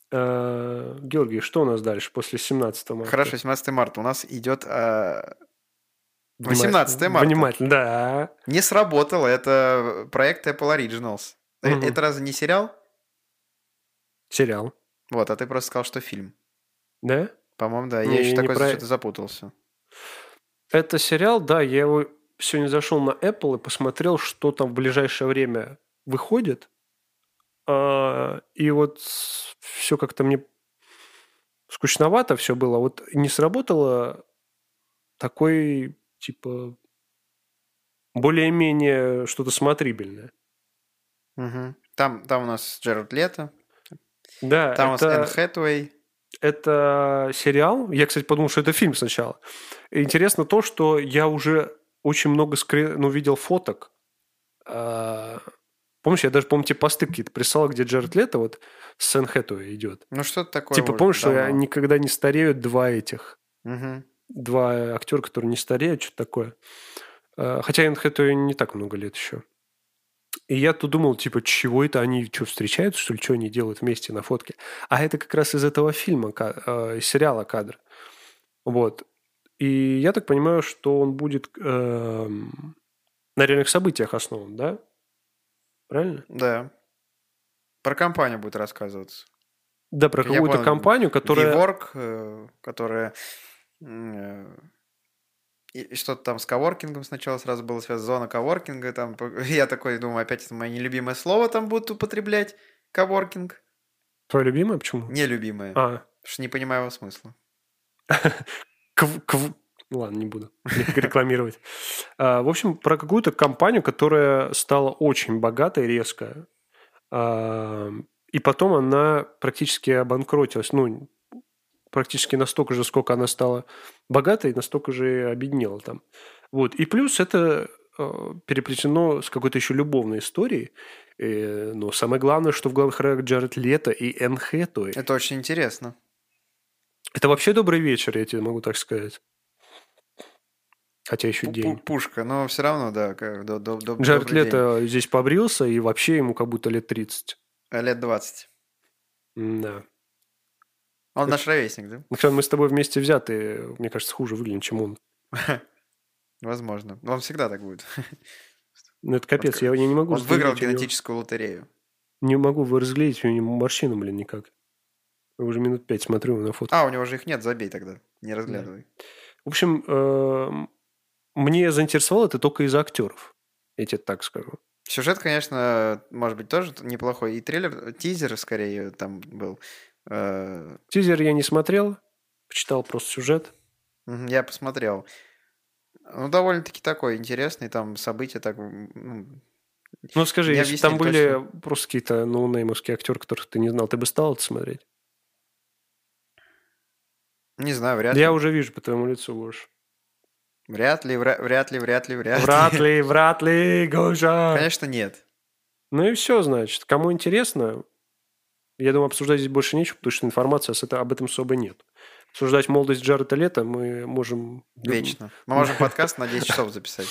Э, Георгий, что у нас дальше после 17 марта?
Хорошо, 17 марта. У нас идет... а,
Внимательно.
18 марта.
Внимательно, да.
Не сработало. Это э, проект Apple Originals. Э,
Мгм.
Это разве не сериал?
Сериал.
Вот, а ты просто сказал, что фильм.
Да?
По-моему, да.
Не,
Я еще
не
такой
про-
что-то запутался.
Это сериал, да, я его сегодня зашел на Apple и посмотрел, что там в ближайшее время выходит. А, И вот все как-то мне скучновато все было. Вот не сработало такой, типа, более-менее что-то смотрибельное.
Мгм. Там, там у нас Джерард Лето,
Да,
там у нас
это-
Энн Хэтуэй.
это сериал. Я, кстати, подумал, что это фильм сначала. Интересно то, что я уже очень много скрин... ну, видел фоток. А, Помнишь, я даже, помню, тебе посты какие-то прислал, где Джаред Лето вот с Энн Хэтэуэй идет.
Ну что такое?
Типа,
уже
помнишь, что
давно.
они никогда не стареют два этих?
Мгм.
Два актера, которые не стареют, что-то такое. А, Хотя Энн Хэтэуэй не так много лет еще. И я тут думал, типа, чего это они, что, встречаются, что ли, что они делают вместе на фотке? А это как раз из этого фильма, ка- э, из сериала кадр. Вот. И я так понимаю, что он будет эм, на реальных событиях основан, да? Правильно?
Да. Про компанию будет рассказываться.
Да, про
Я
какую-то
понял.
компанию, которая...
WeWork, э, которая... м, э, И и что-то там с коворкингом сначала сразу было связано, зона коворкинга. Там, по- я такой думаю, опять это мое нелюбимое слово там будут употреблять. Коворкинг.
Твоя любимая почему?
Нелюбимое.
А,
Потому что не понимаю его смысла.
Кв- кв- Ну Ладно, не буду рекламировать. А, В общем, про какую-то компанию, которая стала очень богатой резко. А, И потом она практически обанкротилась. Ну, практически настолько же, сколько она стала богатой, настолько же и обеднела там. Вот. И плюс это э, переплетено с какой-то еще любовной историей. Э, Но самое главное, что в главных ролях Джаред Лето и Энн Хэтэуэй.
Это очень интересно.
Это вообще добрый вечер, я тебе могу так сказать. Хотя еще
Пу- пу-
день.
Пушка, но все равно, да. как- до- до- до-
Джаред
Ну, добрый день.
Лето здесь побрился, и вообще ему как будто лет 30.
Э, Лет 20.
Да.
Он наш ровесник, да?
Ну, кстати, мы с тобой вместе взяты, мне кажется, хуже выглядим, чем он.
Возможно. Он всегда так будет.
Ну, это капец,
как-
я, я не могу...
Он выиграл
разглядеть у него-
генетическую лотерею.
Не могу вы- разглядеть у него морщину, блин, никак. Я уже минут пять смотрю на фото.
А, у него же их нет, забей тогда. Не разглядывай.
В общем, эм, мне заинтересовало это только из-за актеров. Я тебе так скажу.
Сюжет, конечно, может быть, тоже неплохой. И трейлер, тизер, скорее, там был. Э,
Тизер я не смотрел, почитал просто сюжет.
мгм, Я посмотрел. Ну, довольно-таки такой интересный, там события так... м, м,
Ну скажи,
Не
если бы там
объяснили
были просто какие-то ноунеймовские актеры, которых ты не знал, ты бы стал это смотреть?
Не знаю, вряд ли.
Я уже вижу по твоему лицу, Гош.
Вряд ли, вря- вряд ли, вряд ли, вряд ли.
Врат ли, врат ли, Гоша.
Конечно, нет.
Ну и все, значит. Кому интересно, я думаю, обсуждать здесь больше нечего, потому что информации с это- об этом особо нет. Обсуждать молодость Джареда Лето мы можем...
Вечно. Мы можем подкаст на 10 часов записать.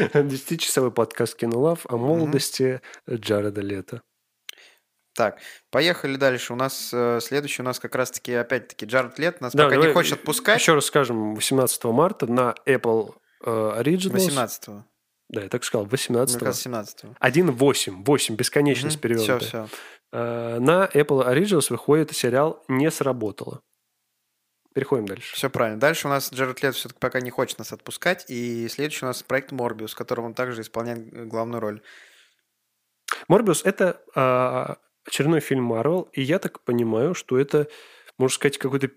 10-часовой подкаст «Кинолав» о молодости Джареда Лето.
Так, поехали дальше. У нас э, следующий, у нас как раз-таки, опять-таки, Джаред Лет. Нас
Да,
пока не
давай э,
хочет отпускать.
Еще раз скажем, 18 марта на Apple э, Originals.
18-го.
Да, я так сказал,
Мне
18.
кажется, 17-го.
1.8, 8, бесконечность
Все,
перевернутая.
все.
Э, на Apple Originals выходит сериал «Не сработало». Переходим дальше.
Все правильно. Дальше у нас Джаред Лет все-таки пока не хочет нас отпускать. И следующий у нас проект Морбиус, в котором он также исполняет э, главную роль.
«Морбиус» — это э, очередной фильм Marvel, и я так понимаю, что это, можно сказать, какой-то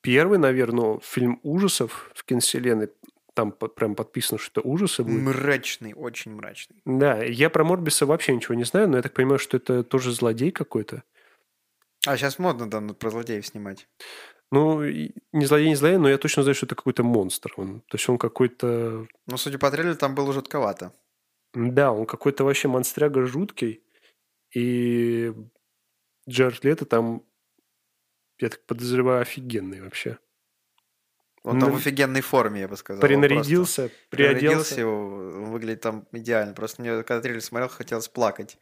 первый, наверное, фильм ужасов в киновселенной. Там по- прям подписано, что это ужасы будут.
Мрачный, очень мрачный.
Да, я про Морбиса вообще ничего не знаю, но я так понимаю, что это тоже злодей какой-то.
А сейчас модно там про злодеев снимать.
Ну, и- не злодей, не злодей, но я точно знаю, что это какой-то монстр. Он, то есть он какой-то
Но, судя по трейлеру, там было жутковато.
Да, он какой-то вообще монстряга жуткий. И Джаред Лето там, я так подозреваю, офигенный вообще.
Он там
Ну,
в офигенной форме, я бы сказал. Он просто
Принарядился,
Приоделся
приоделся.
его, он выглядит там идеально. Просто мне, когда трейлер смотрел, хотелось плакать.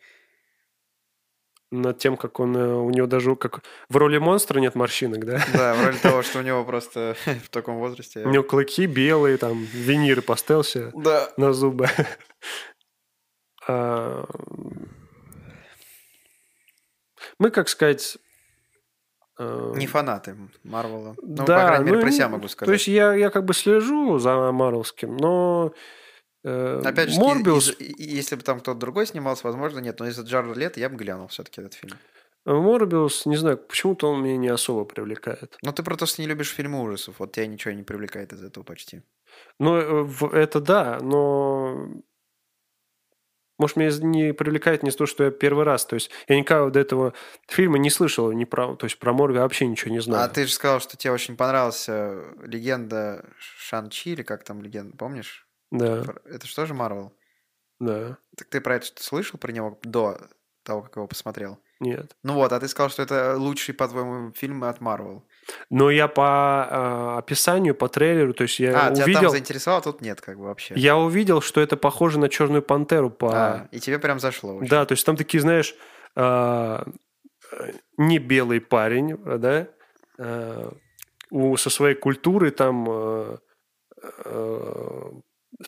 Над тем, как он... э, У него даже как... В роли монстра нет морщинок, да?
Да, в роли того, что у него просто в таком возрасте...
У него клыки белые, там, виниры поставился
Да.
на зубы. А, Мы, как сказать... э,
Не фанаты Марвела. Ну,
Да,
по крайней мере,
ну,
про себя могу сказать.
То есть я, я как бы слежу за Марвелским, но э,
Опять же,
Морбиус,
из- и- и- если бы там кто-то другой снимался, возможно, нет. Но из-за Джарда Лето я бы глянул все-таки этот фильм.
Морбиус, не знаю, почему-то он меня не особо привлекает.
Но ты про то, что не любишь фильмы ужасов. Вот тебя ничего не привлекает из этого почти.
Ну, э, в- это да, но... Может, меня не привлекает не то, что я первый раз. То есть я никогда до этого фильма не слышал, ни про, то есть про Морби вообще ничего не знаю.
А ты же сказал, что тебе очень понравился легенда Шан-Чи, или как там легенда, помнишь?
Да,
Про- Это что же Марвел?
да,
Так ты про это что-то слышал про него до того, как его посмотрел?
нет.
Ну вот, а ты сказал, что это лучший, по-твоему, фильм от Марвел.
Но я по э, описанию, по трейлеру, то есть я
А, тебя там
увидел...
заинтересовало, а тут нет как бы вообще.
Я увидел, что это похоже на «Черную пантеру» по...
А, и тебе прям зашло. очень.
Да, то есть там такие, знаешь, а, э, не белый парень, э, да, э, у- со своей культурой там э, э,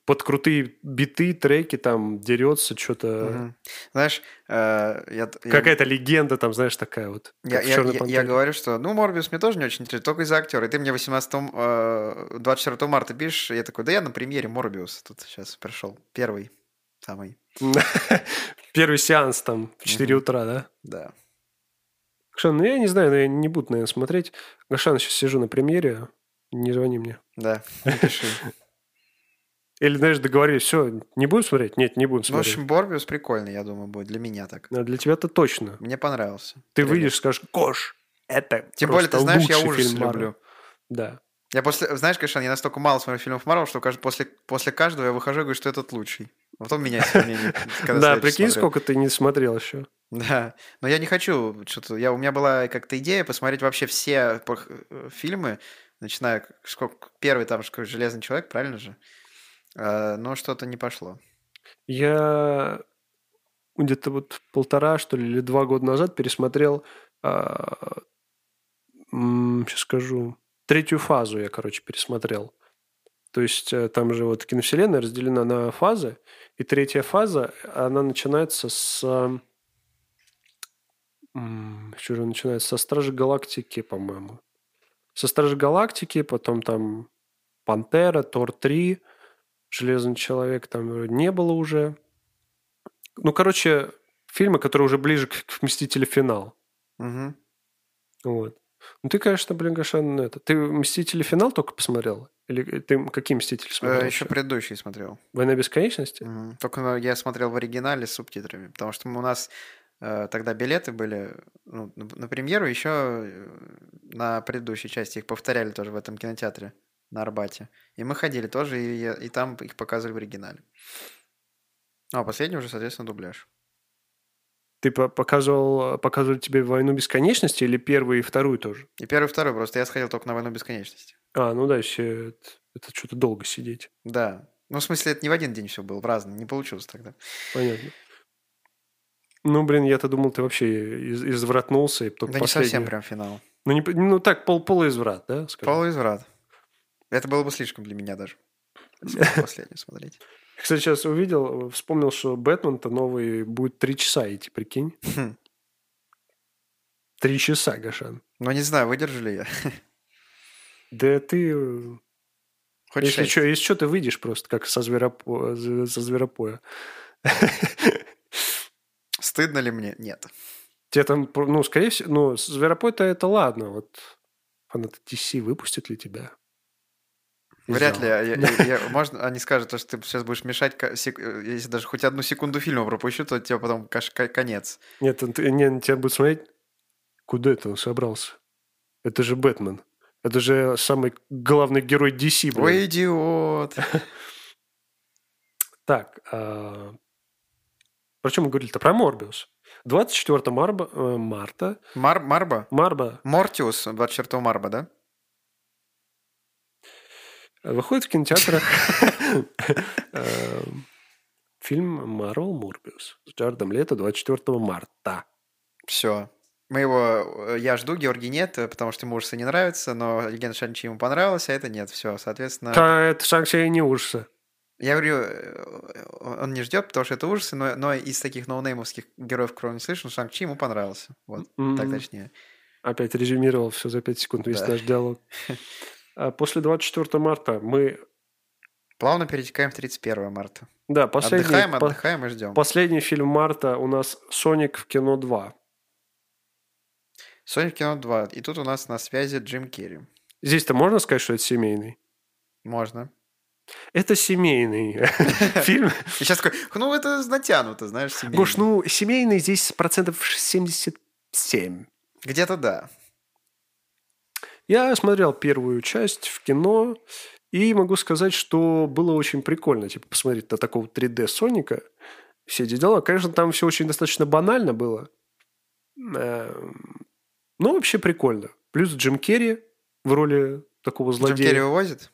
под крутые биты, треки там дерется что-то.
Мгм. Знаешь, э, я, т- я-
Какая-то легенда там, знаешь, такая вот.
я,
как в
я-
«Чёрной
я- я
пантере».
говорю, что ну, Морбиус мне тоже не очень интересен, только из-за актера. И ты мне 18 э, 24 марта пишешь, и я такой, да я на премьере Морбиус тут сейчас пришел. Первый, самый,
Первый сеанс там в 4
Мгм.
утра, да?
да.
Гошан, ну я не знаю, но я не буду, наверное, смотреть. Гошан, сейчас сижу на премьере, не звони мне.
Да, напиши. Ну,
Или, знаешь, договорились, все, не будем смотреть? Нет, не будем
Ну, в
смотреть.
общем, Морбиус прикольный, я думаю, будет для меня так.
А Для тебя-то точно.
Мне понравился.
Ты
Трейлер.
выйдешь, скажешь, Кош, это
Тем более, ты
просто
знаешь, я
лучший
ужас
фильм Марвел».
люблю.
Да.
Я после, знаешь, конечно, я настолько мало смотрю фильмов Марвел, что кажд- после, после каждого я выхожу и говорю, что этот лучший. А Потом меняется мнение. когда
да,
следующий
прикинь,
смотрю.
сколько ты не смотрел еще.
Да, но я не хочу, что-то, я, у меня была как-то идея посмотреть вообще все пох- э, фильмы, начиная, к- сколько, первый там же какой «Железный человек», правильно же? А, Но что-то не пошло.
Я где-то вот полтора, что ли, или два года назад пересмотрел, сейчас скажу, третью фазу я, короче, пересмотрел. То есть э, там же вот киновселенная разделена на фазы, и третья фаза, она начинается с... э, м, с чего же начинается? Со Стражи Галактики, по-моему. Со Стражи Галактики, потом там Пантера, Тор 3, Железный Человек там вроде не было уже. Ну, короче, фильмы, которые уже ближе к, к Мстителю финал.
Мгм. Э,
Вот. Ну, ты, конечно, блин, Гошан, ну, это... Ты «Мстители. Финал» только посмотрел? Или э, ты какие
Э,
«Мстители» смотрел?
Еще предыдущий смотрел.
«Война бесконечности»?
Мгм. Только ну, я смотрел в оригинале с субтитрами, потому что у нас э, тогда билеты были ну, на, на премьеру, еще на предыдущей части их повторяли тоже в этом кинотеатре на Арбате. И мы ходили тоже, и, я- и там их показывали в оригинале. Ну, а последний уже, соответственно, дубляж.
Ты по- показывал, показывали тебе «Войну бесконечности» или первую и вторую тоже?
И первый, и второй просто. Я сходил только на «Войну бесконечности».
А, ну да, еще это, это что-то долго сидеть.
Да. Ну, в смысле, это не в один день все было, в разные. Не получилось тогда.
Понятно. Ну, блин, я-то думал, ты вообще из- извратнулся. И только
Да не
последний-
совсем прям финал.
Ну, не, п- ну так, пол, полуизврат, да? скажем?
Полуизврат. Это было бы слишком для меня даже. Если бы Последний смотреть.
Кстати, сейчас увидел, вспомнил, что Бэтмен-то новый будет три часа идти, прикинь.
Хм.
Три часа, Гашан.
Ну, не знаю, выдержали я.
Да ты... э,
Хоть
если
шесть.
что, если что, ты выйдешь просто, как со, зверопо- з- со зверопоя.
Стыдно ли мне? Нет.
Тебе там, про- ну, скорее всего, ну, с- зверопой-то это ладно. Вот фанаты DC выпустят ли тебя? Не
Вряд ли.
знаю.
а я- я- я- Можно, они скажут, то, что ты сейчас будешь мешать, ка- сек- э, если даже хоть одну секунду фильма пропущу, то тебе потом каш- ка- конец.
Нет, он- ты- не, на тебя будут смотреть, куда это он собрался? Это же Бэтмен. Это же самый главный герой DC, блин.
Ой, идиот.
Так, а, про чем мы говорили-то? Про Морбиус. 24 марба, э, марта
Мар- Марба?
Марба
Мортиус 24 Марба, да?
выходит в кинотеатрах э, фильм «Марвел Морбиус» с Джардом Лето 24 марта.
Все. Мы его... э, Я жду, Георгий нет, э, потому что ему ужасы не нравятся, но Легенда Шанчи ему понравилось, а это нет. Все, соответственно...
Та, это санкция не ужаса.
Я говорю, э, он не ждет, потому что это ужасы, но, но из таких ноунеймовских героев, которого он не слышал, Шанг Чи ему понравился. Вот, так
М.
точнее.
М-м. Опять резюмировал все за 5 секунд весь
Да.
наш диалог. А После 24 марта мы...
Плавно перетекаем в 31 марта.
Да, последний,
отдыхаем,
по-
отдыхаем и ждем.
последний фильм марта у нас «Соник в кино 2».
Соник кино 2. И тут у нас на связи Джим Керри.
Здесь-то можно сказать, что это семейный?
Можно.
Это семейный фильм.
И сейчас такой, ну это натянуто, знаешь, семейно.
Гош, ну, семейный здесь процентов 77.
Где-то да.
Я смотрел первую часть в кино, и могу сказать, что было очень прикольно, типа, посмотреть на такого 3D Соника, все эти дела. Конечно, там все очень достаточно банально было, Эм, но вообще прикольно. Плюс Джим Керри в роли такого
Джим Керри
злодея.
вывозит?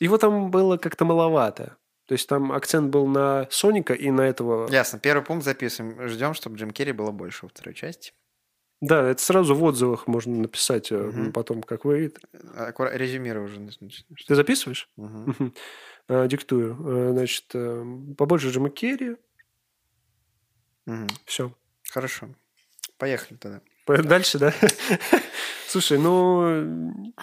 Его там было как-то маловато. То есть там акцент был на Соника и на этого...
Ясно. Первый пункт записываем. Ждем, чтобы Джим Керри было больше во второй части.
Да, это сразу в отзывах можно написать э,
Мгм.
потом, как выйдет.
Э, Аккура... Резюмируй уже. начни-
Ты записываешь?
Мгм.
Мгм. Э, Диктую. Э, Значит, э, побольше Джима Керри.
Мгм.
Все.
Хорошо. Поехали тогда.
Дальше, да? Слушай, ну,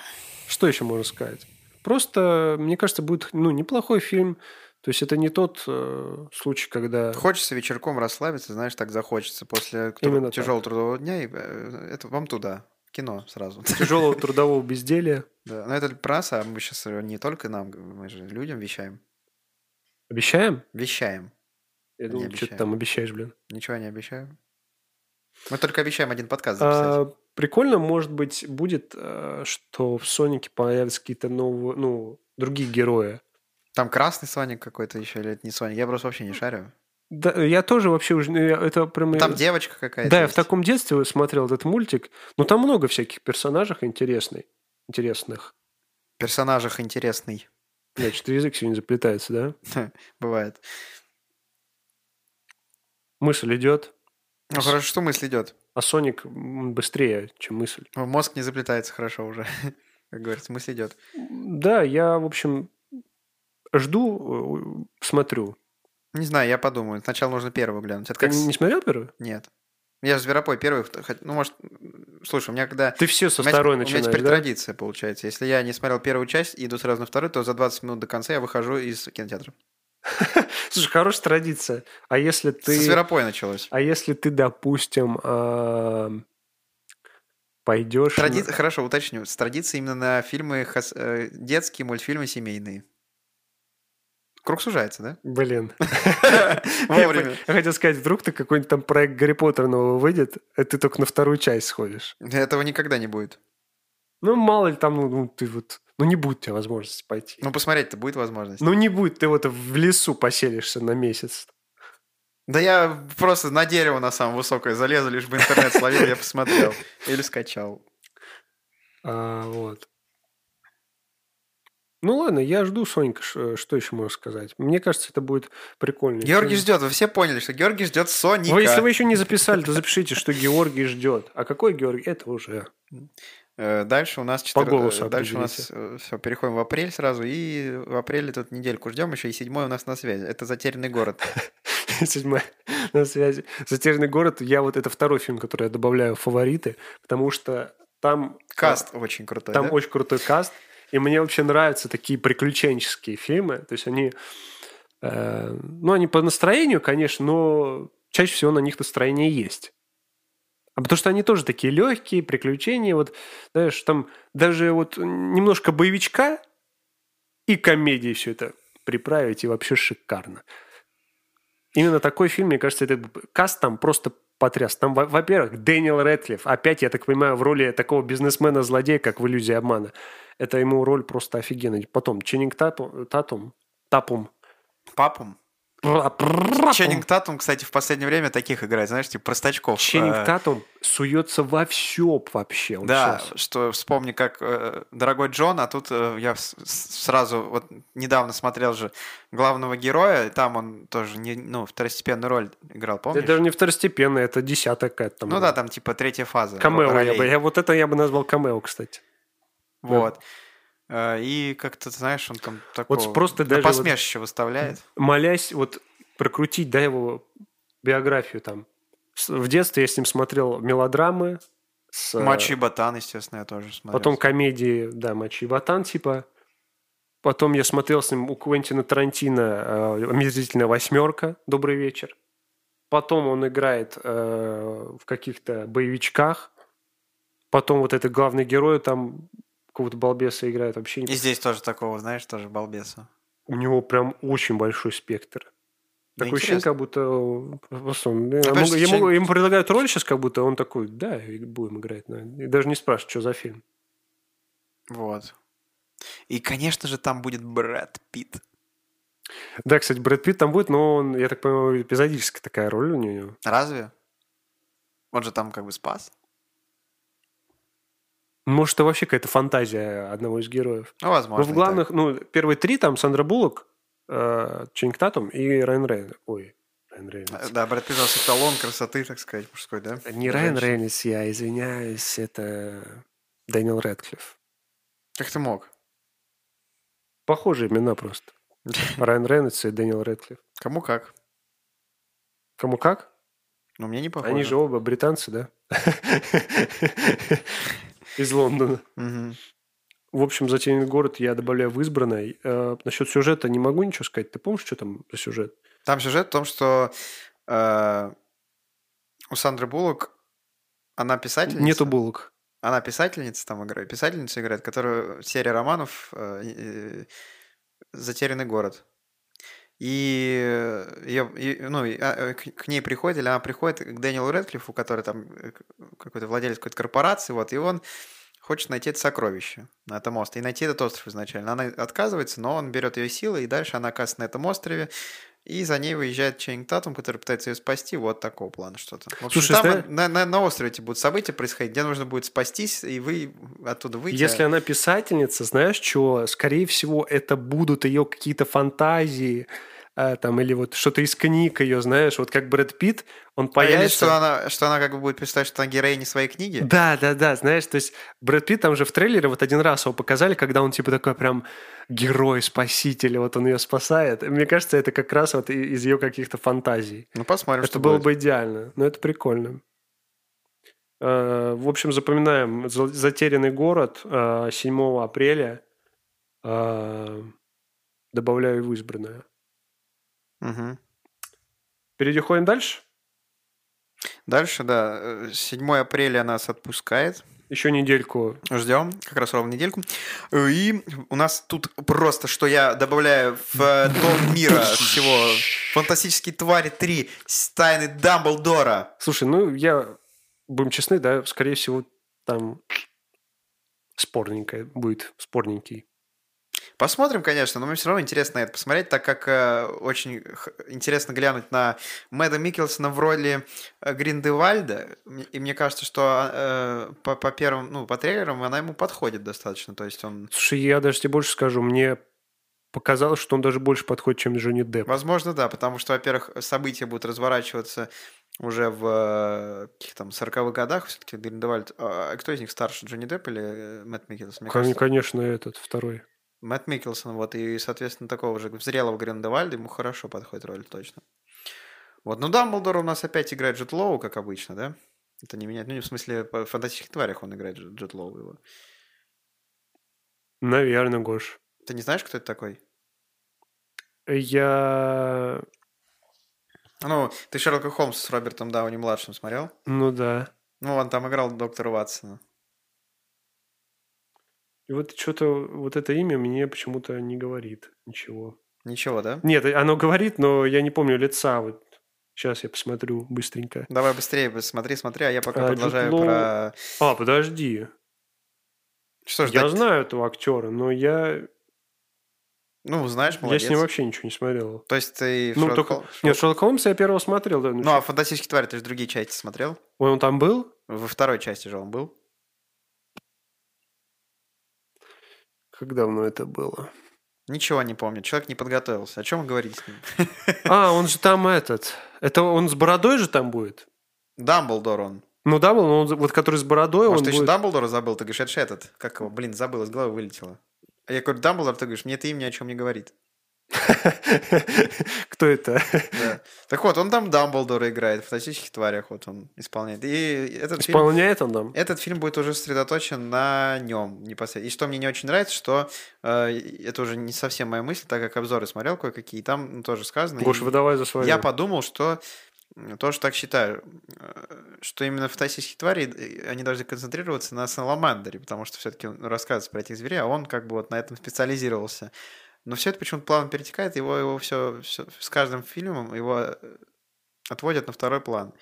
что еще можно сказать? Просто, мне кажется, будет ну, неплохой фильм. То есть это не тот э, случай, когда...
Хочется вечерком расслабиться, знаешь, так захочется после
Именно так.
тяжелого трудового дня, и э, это вам туда, в кино сразу.
тяжелого трудового безделия.
Да. Но это про нас, а мы сейчас не только нам, мы же людям вещаем.
Обещаем?
Вещаем.
Я
Не
думал, что ты
обещаем.
там обещаешь, блин.
Ничего не обещаю. Мы только обещаем один подкаст записать.
А, прикольно, может быть, будет, э, что в «Сонике» появятся какие-то новые, ну, другие герои.
Там красный Соник какой-то еще, или это не Соник. Я просто
Ну,
вообще не шарю.
Да, я тоже вообще уже... ну, я- Это прям...
Там девочка какая-то.
Да, я в
есть.
таком детстве смотрел этот мультик. Но там много всяких персонажей интересных. Интересных.
персонажах интересный
Значит, язык сегодня заплетается, да?
бывает.
Мысль идет,
Ну
С-
хорошо, что мысль идет.
а Соник м, быстрее, чем мысль.
О, Мозг не заплетается хорошо уже. Как говорится, мысль идет.
Да, я, в общем, жду, э, смотрю.
Не знаю, я подумаю. Сначала нужно первую глянуть. Это
Ты
как с-
не смотрел первую?
Нет. Я же Зверопой первый. хот- хот- Ну, может, м, слушай, у меня когда...
Ты все
У
со
меня,
второй
у меня
начинаешь,
теперь
да?
традиция получается. Если я не смотрел первую часть и иду сразу на вторую, то за 20 минут до конца я выхожу из кинотеатра.
Слушай, хорошая традиция. А если ты...
Со Зверопоя началось.
А если ты, допустим, а, пойдешь... на-
Тради- Хорошо, уточню. С традицией именно на фильмы хас- э, детские, мультфильмы семейные. Круг сужается, да?
Блин.
Вовремя.
Я хотел сказать, вдруг ты какой-нибудь там проект Гарри Поттера нового выйдет, а ты только на вторую часть сходишь.
Этого никогда не будет.
Ну, мало ли там, ну, ну, ты вот... Ну, не будет у тебя возможности пойти.
Ну, посмотреть-то будет возможность.
Ну, не будет, ты вот в лесу поселишься на месяц.
Да я просто на дерево на самое высокое залезу, лишь бы интернет словил, я посмотрел. Или скачал.
А, вот. Ну ладно, я жду Сонька, э, что еще можно сказать. Мне кажется, это будет прикольно.
Георгий ждет, вы все поняли, что Георгий ждет Соника.
Вы, если вы еще не записали, то запишите, что Георгий ждет. А какой Георгий? Это уже.
Э, Дальше у нас
По
4...
голосу
Дальше у нас
определите.
э, все, переходим в апрель сразу, и в апреле тут недельку ждем еще, и седьмой у нас на связи. Это «Затерянный город».
Седьмая на связи. «Затерянный город» я вот это второй фильм, который я добавляю в фавориты, потому что там...
Каст очень крутой,
Там
да?
очень крутой каст. И мне вообще нравятся такие приключенческие фильмы. То есть они... э, ну, они по настроению, конечно, но чаще всего на них настроение есть. А потому что они тоже такие легкие, приключения. Вот, знаешь, там даже вот немножко боевичка и комедии все это приправить, и вообще шикарно. Именно такой фильм, мне кажется, этот каст там просто потряс. Там, во- во-первых, Дэниел Рэдклифф, опять, я так понимаю, в роли такого бизнесмена-злодея, как в «Иллюзии обмана». Это ему роль просто офигенная. Потом Ченнинг Татум, Татум, Тапум.
Папум. Ченнинг Татум, кстати, в последнее время таких играет, знаешь, типа простачков.
Ченнинг
Э,
Татум суется во все вообще. он
Да,
сейчас.
что вспомни, как э, дорогой Джон, а тут э, я с- с- сразу вот недавно смотрел же главного героя, и там он тоже не, ну, второстепенную роль играл, помнишь?
Это даже не второстепенная, это десятая какая-то там.
Ну
была.
да, там типа третья фаза.
Камео я
ролей.
бы. Я, вот это я бы назвал камео, кстати.
Вот. Э, И как-то, знаешь, он там такого...
просто
на
даже вот-
посмешище выставляет.
молясь, вот прокрутить, да, его биографию там. С- В детстве я с ним смотрел мелодрамы. С, э,
Мачи Ботан, естественно, я тоже смотрел.
Потом комедии, да, Мачи и Ботан, типа. Потом я смотрел с ним у Квентина Тарантино э, «Омерзительная восьмерка», «Добрый вечер». Потом он играет э, в каких-то боевичках. Потом вот этот главный герой там какого-то балбеса играет вообще. Не...
И здесь тоже такого, знаешь, тоже балбеса.
У него прям очень большой спектр.
Да
Такое ощущение,
интересно.
как будто э, просто он- я
потому
могу-
что
я могу-
Чен-
ему предлагают роль сейчас, как будто он такой, да, и будем играть. наверное». И даже не спрашивают, что за фильм.
Вот. И, конечно же, там будет Брэд Питт.
Да, кстати, Брэд Питт там будет, но он, я так понимаю, эпизодическая такая роль у него.
Разве? Он же там как бы спас.
Может, это вообще какая-то фантазия одного из героев.
Ну, возможно.
ну, в
и
главных, ну, первые три там Сандра Буллок, э, Ченнинг Татум и Райан Рейнольдс. Ой, Райан
так. Э,
Рейнольдс.
Да, Брэд Питт у нас эталон красоты, так сказать, мужской, да? Ну,
Не Райан Рейнольдс, я извиняюсь, это Дэниел Рэдклифф.
Как ты мог?
Похожие имена просто. Райан Рейнольдс и Дэниел Рэдклифф.
Кому как?
Кому как?
Ну, мне не похоже.
Они же оба британцы, да? Из Лондона.
Мгм.
В общем, «Затерянный город» я добавляю в избранной. Э, насчет сюжета не могу ничего сказать. Ты помнишь, что там за сюжет?
Там сюжет в том, что э, у Сандры Буллок она писательница.
Нету булок.
Она писательница там играет, писательница играет, которая серия романов э, и- и «Затерянный город». И, э, её- и, ну, и, а, э, к, к ней приходит, или она приходит к Дэниелу Рэдклиффу, который там э, к- какой-то владелец какой-то корпорации, вот, и он хочет найти это сокровище на этом острове, и найти этот остров изначально. Она отказывается, но он берет ее силы, и дальше она оказывается на этом острове, и за ней выезжает Ченнинг Татум, который пытается ее спасти, вот такого плана что-то. В общем,
Слушай,
там
зна-
на, на- на острове эти будут события происходить, где нужно будет спастись, и вы оттуда выйти.
Если она писательница, знаешь, что, скорее всего, это будут ее какие-то фантазии, э, там, или вот что-то из книг ее, знаешь, вот как Брэд Питт, он
А или что
появится...
она, что она как бы будет представлять, что она героиня своей книги.
Да, да, да, знаешь, то есть Брэд Питт там же в трейлере вот один раз его показали, когда он типа такой прям герой-спаситель, вот он ее спасает. Мне кажется, это как раз вот и- из ее каких-то фантазий.
Ну, посмотрим,
это
что
было
будет.
бы идеально, но это прикольно. Э, В общем, запоминаем «Зал- «Затерянный город» э, 7 апреля. Э, Добавляю в избранное.
Мгм.
Переходим дальше.
Дальше, да, э, 7 апреля нас отпускает.
Еще недельку.
Ждем, как раз ровно недельку. Э, И у нас тут просто, что я добавляю в э, дом мира всего. Фантастические твари 3 с тайны Дамблдора.
Слушай, ну я, будем честны, да, скорее всего, там спорненькое будет, спорненький.
Посмотрим, конечно, но мне все равно интересно это посмотреть, так как э, очень х- интересно глянуть на Мэдда Миккелсона в роли э, Гриндевальда. М- И мне кажется, что э, по, по первым, ну, по трейлерам она ему подходит достаточно. То есть он,
Слушай, я даже тебе больше скажу, мне показалось, что он даже больше подходит, чем Джонни Депп.
возможно, да, потому что, во-первых, события будут разворачиваться уже в э, каких там 40-х годах, все-таки Гриндевальд. А кто из них старше, Джонни Депп или э, Мэтт Миккелсон? Мне
Кон-
кажется,
Конечно, этот второй.
Мэтт Миккелсон, вот, и, соответственно, такого же зрелого Гриндевальда ему хорошо подходит роль, точно. Вот, ну Дамблдор у нас опять играет Джет Лоу, как обычно, да? Это не меняет. Ну, не в смысле, по- в фантастических тварях он играет Джет Джет Лоу его.
Наверное, Гош.
Ты не знаешь, кто это такой?
Я...
Ну, ты Шерлока Холмса с Робертом Дауни-младшим смотрел?
Ну да.
Ну, он там играл доктора Ватсона.
И вот что-то вот это имя мне почему-то не говорит ничего.
Ничего, да?
Нет, э, оно говорит, но я не помню лица. Вот сейчас я посмотрю быстренько.
Давай быстрее, бы- смотри, смотри, а я пока
А, Джуд
продолжаю
Лоу-
про...
А, подожди.
Что ж,
Я
так-
знаю этого актера, но я,
Ну, знаешь,
я
молодец.
с ним вообще ничего не смотрел.
То есть ты...
Ну,
Шерлока
только...
Хол-
Нет, Шерлока Холмса я первого смотрел. Да, ну,
Ну, а фантастические твари ты же другие части смотрел?
Он, он там был?
Во второй части же он был.
Как давно это было?
Ничего не помню. Человек не подготовился. О чем говорить с ним?
А, он же там этот. Это он с бородой же там будет?
Дамблдор он.
Ну да, он, он вот который с бородой,
Может,
он
ты еще
будет...
Дамблдора забыл? Ты говоришь, это ж этот. Как его? Блин, забыл, из головы вылетело. А я говорю, Дамблдор, ты говоришь, мне ты им ни о чем не говорит.
Кто это?
Да. Так вот, он там Дамблдора играет, в фантастических тварях вот он исполняет. И этот фильм,
Исполняет он там?
этот фильм будет уже сосредоточен на нем непосредственно. И что мне не очень нравится, что э, это уже не совсем моя мысль, так как обзоры смотрел кое-какие, и там ну, тоже сказано.
Гош,
и-
выдавай за свое.
Я подумал, что м, тоже так считаю, э, что именно фантастические твари, э, они должны концентрироваться на Саламандере, потому что все-таки он рассказывается про этих зверей, а он как бы вот на этом специализировался. Но все это почему-то плавно перетекает, его, его все, с каждым фильмом его э, отводят на второй план,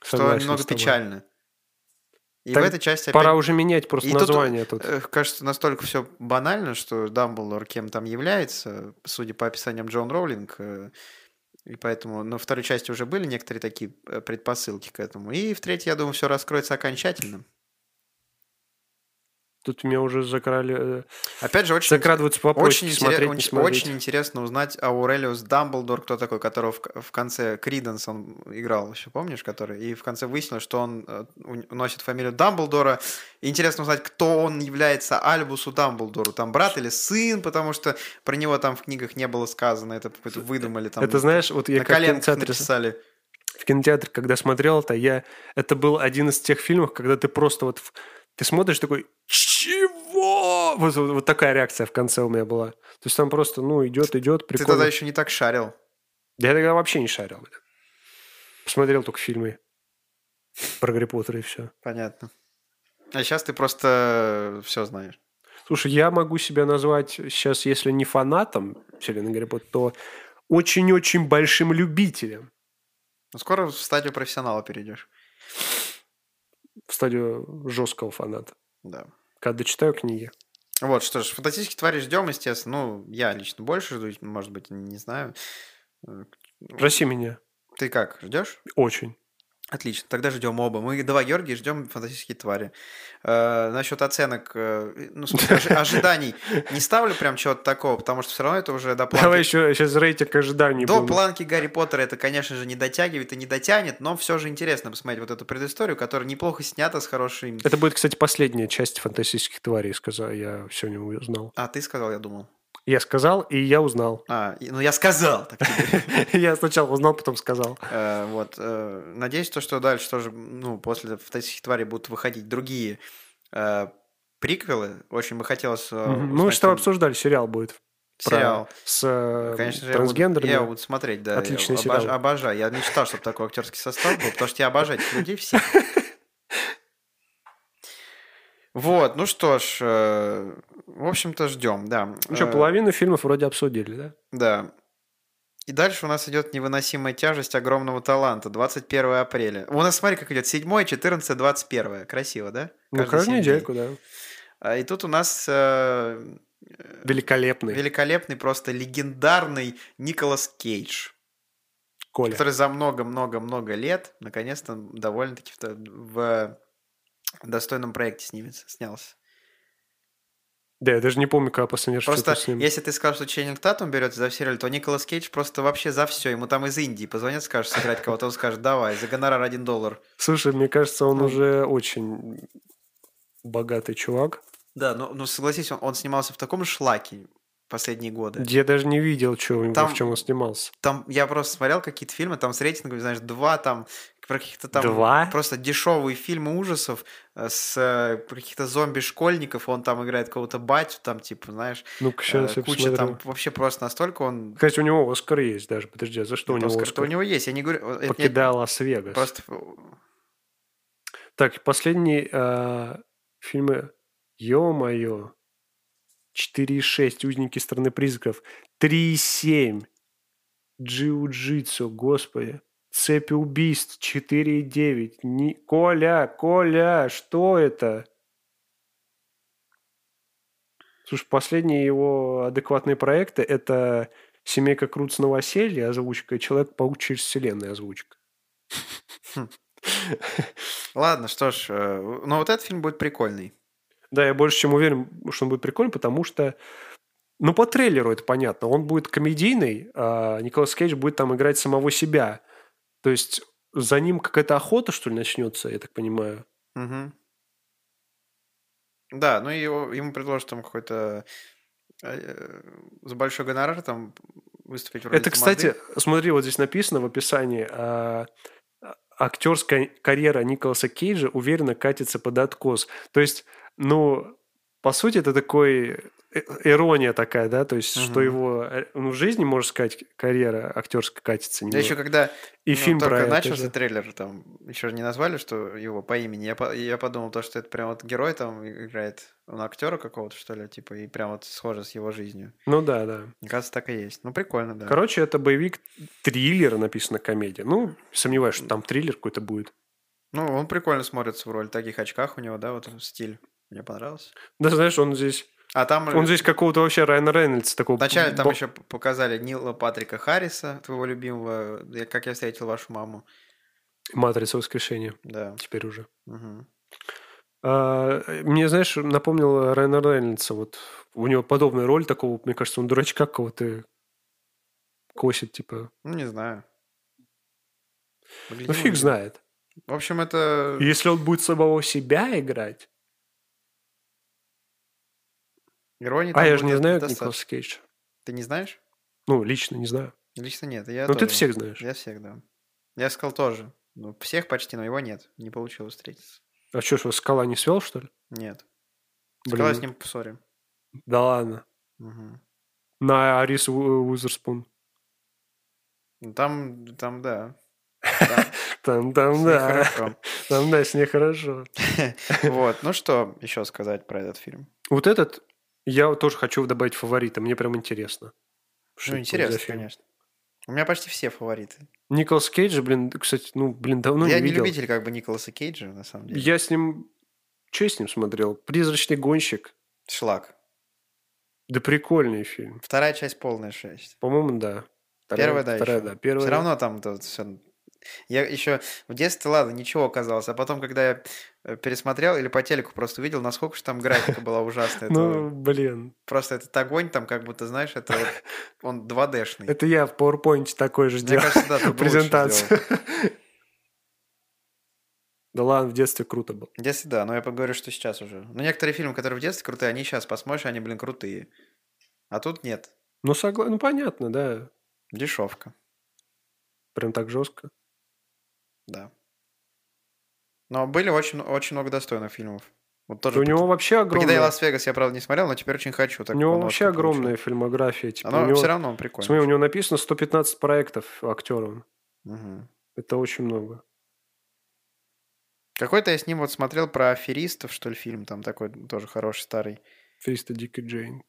что немного печально. И
Так
в этой части
Пора
опять,
уже менять просто
И тут-
название тут.
э, кажется настолько все банально, что Дамблдор кем там является, судя по описаниям Джон Роулинг, э, и поэтому на второй части уже были некоторые такие э, предпосылки к этому. И в третьей, я думаю, все раскроется окончательно.
Тут меня уже закрали... э,
Опять же, очень,
Закрадываются
очень,
вопросики,
интерес-
смотреть, не
очень-
смотреть.
очень интересно узнать Аурелиус Дамблдор, кто такой, которого в, к- в конце Криденс он играл, еще помнишь, который? И в конце выяснилось, что он э, у- носит фамилию Дамблдора. И интересно узнать, кто он является Альбусу Дамблдору, там брат или сын, потому что про него там в книгах не было сказано, это какой-то выдумали там.
Это знаешь, вот я
на
как в
коленках
кинотеатре,
написали.
в кинотеатре, когда смотрел это, я... Это был один из тех фильмов, когда ты просто вот... в- Ты смотришь такой... Чего? Вот, вот- вот такая реакция в конце у меня была. То есть там просто, ну, идет, идет,
Ты
прикольно.
тогда еще не так шарил.
Я тогда вообще не шарил. блин. Посмотрел только фильмы про Гарри Поттера и все.
Понятно. А сейчас ты просто все знаешь.
Слушай, я могу себя назвать сейчас, если не фанатом вселенной Гарри Поттера, то очень-очень большим любителем.
Ну, Скоро в стадию профессионала перейдешь.
В стадию жесткого фаната.
Да.
Когда читаю книги.
Вот, что ж, фантастические твари ждем, естественно. Ну, я лично больше жду, может быть, не знаю. Э,
Проси меня.
Ты как, ждешь?
Очень.
Отлично, тогда ждем оба. Мы два Георгия ждем фантастические твари. насчет оценок, э, ну, в смысле, ожи- ожиданий не ставлю прям чего-то такого, потому что все равно это уже до планки.
Давай еще сейчас рейтинг ожиданий.
До
будем.
планки Гарри Поттера это, конечно же, не дотягивает и не дотянет, но все же интересно посмотреть вот эту предысторию, которая неплохо снята с хорошим...
Это будет, кстати, последняя часть фантастических тварей, сказал я сегодня узнал.
А, ты сказал, я думал.
Я сказал, и я узнал.
А, и- ну я сказал. так тебе.
Я сначала узнал, потом сказал.
Э, Вот. э, Надеюсь, то, что дальше тоже, ну, после «Фантастических тварей» будут выходить другие э, приквелы. Очень бы хотелось... э,
Мгм. Ну,
узнать
что
там
обсуждали, сериал будет. про-
Сериал.
с э,
Конечно же, я буду-
трансгендерами.
я его буду смотреть, да. я
Отличный
обож-
сериал.
Обожаю. Я мечтал, чтобы такой актерский состав был, потому что я обожаю этих людей всех. Вот, ну что ж, э, в общем-то, ждем, да.
Ну что,
Э,
половину фильмов вроде обсудили, да?
Да. И дальше у нас идет невыносимая тяжесть огромного таланта. 21 апреля. У нас, смотри, как идет. 7, 14, 21. Красиво, да?
Ну,
Каждые
каждую
семь дней.
недельку, да.
А, И тут у нас э,
Великолепный
великолепный, просто легендарный Николас Кейдж,
Коля.
который за много-много-много лет наконец-то довольно-таки в, в достойном проекте снимется, снялся.
Да, я даже не помню, когда последний раз
Просто
что-то с ним.
если ты скажешь, что Ченнинг Татум берется за все роли, то Николас Кейдж просто вообще за все. Ему там из Индии позвонят, скажешь сыграть кого-то, он скажет, давай, за гонорар один доллар.
Слушай, мне кажется, он
Ну.
уже очень богатый чувак.
Да, ну, ну согласись, он, он снимался в таком шлаке последние годы.
Я даже не видел, чего у него,
Там-
в чем он снимался.
Там я просто смотрел какие-то фильмы, там с рейтингами, знаешь, два там про каких-то там
Два?
просто дешевые фильмы ужасов э, с э, про каких-то зомби-школьников, он там играет кого-то батю, там типа, знаешь,
Ну-ка,
э,
сейчас я
куча
посмотрю.
там вообще просто настолько он...
Кстати, у него Оскар есть даже. Подожди, а за что
Нет,
у него
Оскар,
Оскар?
что у него есть, я не говорю... это не-
Покидая Лас-Вегас.
Просто
Так, и последние э, фильмы. Ё-моё. 4,6. Узники страны призраков. 3,7. Джиу-джитсу, господи. Цепи убийств. 4,9. Ни... Коля, Коля, что это? Слушай, последние его адекватные проекты – это «Семейка Крут с новоселья» озвучка и «Человек-паук через вселенную» озвучка.
Ладно, что ж, э, но вот этот фильм будет прикольный.
Да, я больше чем уверен, что он будет прикольный, потому что... Ну, по трейлеру это понятно. Он будет комедийный, а Николас Кейдж будет там играть самого себя. То есть за ним какая-то охота, что ли, начнется, я так понимаю.
Мгм. Да, ну и его- ему предложат там какой-то э, за большой гонорар там выступить в роли
это,
Тамады.
кстати, смотри, вот здесь написано в описании. а, актерская карьера Николаса Кейджа уверенно катится под откос. То есть, ну, по сути, это такой э- ирония такая, да, то есть, что
Мгм.
его э, ну, в жизни, можно сказать, карьера актерская катится.
Я еще
немного.
когда
И
ну,
фильм
только
про это
начался
же.
трейлер, там еще не назвали, что его по имени. Я, по- я подумал, то, что это прям вот герой там играет, он актера какого-то, что ли, типа, и прям вот схоже с его жизнью.
Ну да, да.
Мне кажется, так и есть. Ну, прикольно, да.
Короче, это боевик триллер, написано комедия. Ну, сомневаюсь, что там триллер какой-то будет.
Ну, он прикольно смотрится в роли таких очках у него, да, вот стиль. Мне понравился.
Да, знаешь, он здесь...
А там...
Он здесь какого-то вообще Райана Рейнольдса такого...
Вначале там
бо-
еще п- показали Нила Патрика Харриса, твоего любимого, «Я- как я встретил вашу маму.
Матрица воскрешения.
Да.
Теперь уже.
Мгм.
А, мне, знаешь, напомнил Райана Рейнольдса. Вот у него подобная роль такого, мне кажется, он дурачка кого-то косит, типа...
Ну, не знаю.
Ну,
Поглядим,
фиг
увидим.
знает.
В общем, это...
Если он будет самого себя играть...
Ирония
А
там
я же
будет
не знаю
достаточно.
Николас Кейдж.
Ты не знаешь?
Ну, лично не знаю.
Лично нет. Я
Но Ну, ты
тоже.
всех знаешь.
Я всех, да. Я сказал тоже. Ну, всех почти, но его нет. Не получилось встретиться.
А что, что, скала не свел, что ли?
Нет.
Блин.
Сказал я с ним в ссоре.
Да ладно.
Мгм.
На Арис У- Уизерспун.
Ну, Там, там, да. Там,
Там,
с
там,
ней
да.
хорошо.
Там, да, с ней хорошо.
Вот. Ну что еще сказать про этот фильм?
Вот этот я вот тоже хочу добавить фаворита. Мне прям интересно. Что
Ну,
это
интересно,
за фильм?
конечно. У меня почти все фавориты.
Николас Кейдж, блин, кстати, ну, блин, давно
я
не
не
видел.
любитель как бы Николаса Кейджа, на самом деле.
Я с ним... Че я с ним смотрел? «Призрачный гонщик».
Шлак.
Да прикольный фильм.
Вторая часть полная шесть.
По-моему, да.
Первая, да,
вторая,
еще.
да. Первая,
Все равно там все... Я еще в детстве, ладно, ничего оказалось, а потом, когда я э, пересмотрел или по телеку просто увидел, насколько же там графика была ужасная. Это
Ну, блин,
Просто этот огонь там, как будто, знаешь, это вот- он 2D-шный.
это я в PowerPoint такой же
Мне
делал.
кажется, да, тут бы лучше сделали.
презентацию. Да ладно, в детстве круто было.
В детстве, да, но я поговорю, что сейчас уже. Но некоторые фильмы, которые в детстве крутые, они сейчас посмотришь, они, блин, крутые. А тут нет.
Ну, согла... ну понятно, да.
Дешевка.
Прям так жестко.
Да. Но были очень, очень много достойных фильмов. Вот тоже
у него вообще
«Покидая
огромная,
Лас-Вегас» я, правда, не смотрел, но теперь очень хочу.
у
так как
него
он
вообще
Оскар получил.
огромная фильмография. Типа,
Оно
у него...
все равно он прикольный.
Смотри, у него написано 115 проектов актером.
Мгм.
Это очень много.
Какой-то я с ним вот смотрел про аферистов, что ли, фильм там такой тоже хороший, старый.
Фриста Дик и Джейн.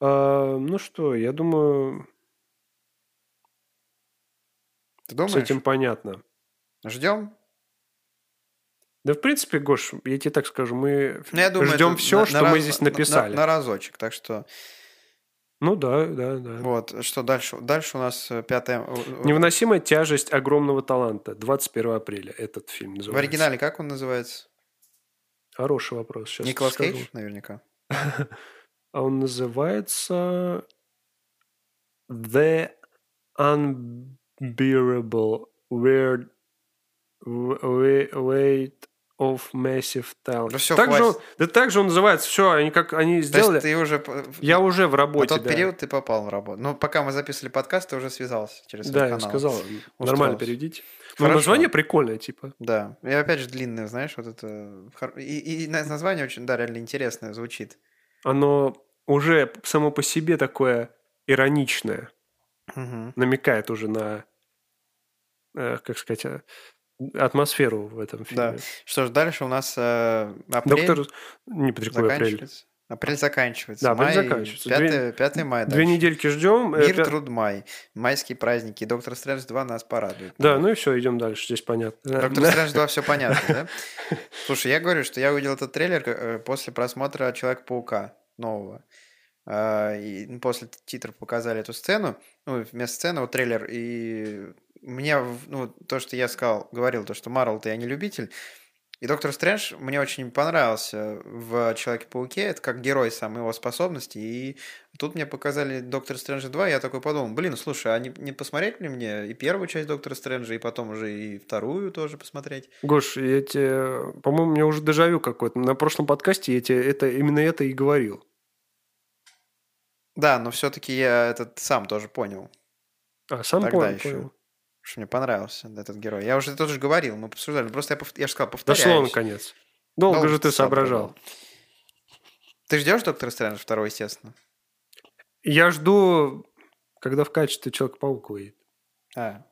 А, ну что, я думаю,
Ты
с
думаешь?
этим понятно.
Ждем?
Да, в принципе, Гош, я тебе так скажу, мы
Ну,
ждем все,
на-
что
на
мы
раз-
здесь
на-
написали.
На, разочек, так что...
Ну да, да, да.
Вот, что дальше? Дальше у нас э, пятая... э, э,
Невыносимая тяжесть огромного таланта. 21 апреля этот фильм
В
называется.
оригинале как он называется?
Хороший вопрос. Сейчас
Николас
скажу.
Кейдж, наверняка.
А он называется The Unbearable Weird We- Weight of Massive Talent.
Да всё,
так же он,
хватит.
да так же он называется. Все, они как они
То есть
сделали.
ты уже... п- в-
Я уже в
На
работе.
тот
да.
период ты попал на работу. Но пока мы записывали подкаст, ты уже связался через
Да,
этот
я
канал.
сказал. Нормально
Устроился.
переведите. Ну,
Хорошо.
название прикольное, типа.
Да. И опять же длинное, знаешь, вот это... хор- И, и на- название очень, да, реально интересное звучит.
Оно уже само по себе такое ироничное.
Мгм.
намекает уже на, э, как сказать, э, атмосферу в этом фильме.
Что ж, дальше у нас э, апрель
Доктор, не подреку, апрель.
заканчивается. Апрель заканчивается.
Да, апрель
Май-
заканчивается.
5,
Две-
мая
Две
дальше.
недельки ждем. э,
Мир,
пя-
труд, май. Майские праздники. Доктор Стрэндж 2 нас порадует.
Да, ну и все, идем дальше, здесь понятно. Да,
Доктор
Э, да.
Стрэндж 2 все понятно, да? Слушай, я говорю, что я увидел этот трейлер э, после просмотра Человека-паука нового. А, И ну, после титров показали эту сцену, ну, вместо сцены вот трейлер, и мне, в- ну, то, что я сказал, говорил, то, что Марвел-то я не любитель, и Доктор Стрэндж мне очень понравился в Человеке-пауке, это как герой сам, его способности, и тут мне показали Доктор Стрэнджа 2, я такой подумал, блин, слушай, а не, не посмотреть ли мне и первую часть Доктора Стрэнджа, и потом уже и вторую тоже посмотреть?
Гош, я тебе, по-моему, у меня уже дежавю какой-то. На прошлом подкасте я тебе это, именно это и говорил.
Да, но все-таки я этот сам тоже понял,
А сам
Тогда
понял,
еще.
понял.
что мне понравился этот герой. Я уже тоже говорил, мы обсуждали, просто я, пов- я же сказал, повторяюсь.
Дошло наконец. Долго
Долго
же ты соображал.
Ты ждешь Доктора Стрэнджа второго, естественно?
Я жду, когда в качестве Человека-паука выйдет.
А,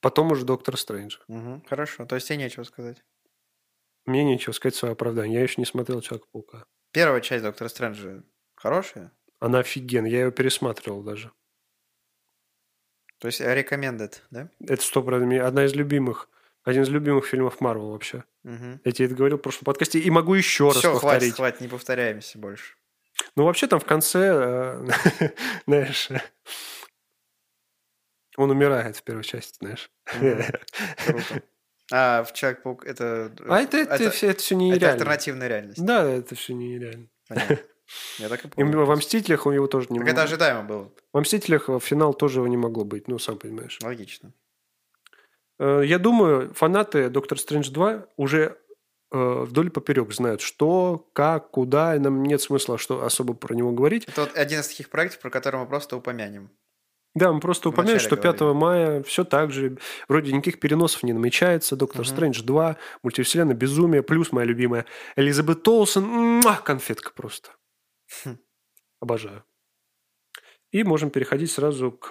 Потом уже Доктор Стрэнджа.
мгм, хорошо, то есть тебе нечего сказать.
Мне нечего сказать в свое оправдание. Я еще не смотрел Человека-паука.
Первая часть Доктора Стрэнджа хорошая?
Она офигенная. Я ее пересматривал даже.
То есть э, recommended, да?
Это сто процентов мне одна из любимых, один из любимых фильмов Марвел вообще.
Угу.
Я тебе это говорил в прошлом подкасте и могу еще раз
Все,
повторить.
хватит, хватит, не повторяемся больше.
Ну вообще там в конце, э, знаешь, э, он умирает в первой части, знаешь.
Мгм. Круто. А в Человек-паук это...
А это, это,
это-
все, это все
это
нереально.
альтернативная реальность.
да, это все нереально.
Понятно. Я так и
И
понял.
во «Мстителях» у него тоже не
Так
могло-
это ожидаемо было.
Во «Мстителях» финал тоже его не могло быть, ну, сам понимаешь.
Логично.
Э, Я думаю, фанаты «Доктор Стрэндж 2» уже э, вдоль и поперек знают, что, как, куда, и нам нет смысла что особо про него говорить.
Это вот один из таких проектов, про который мы просто упомянем.
Да, мы просто
Мы
упомянули,
вначале
что 5
говорили.
мая все так же, вроде никаких переносов не намечается, «Доктор
Мгм.
Стрэндж 2», «Мультивселенная», «Безумие», плюс моя любимая Элизабет Толсон, Муа, конфетка просто.
Хм.
Обожаю. И можем переходить сразу к...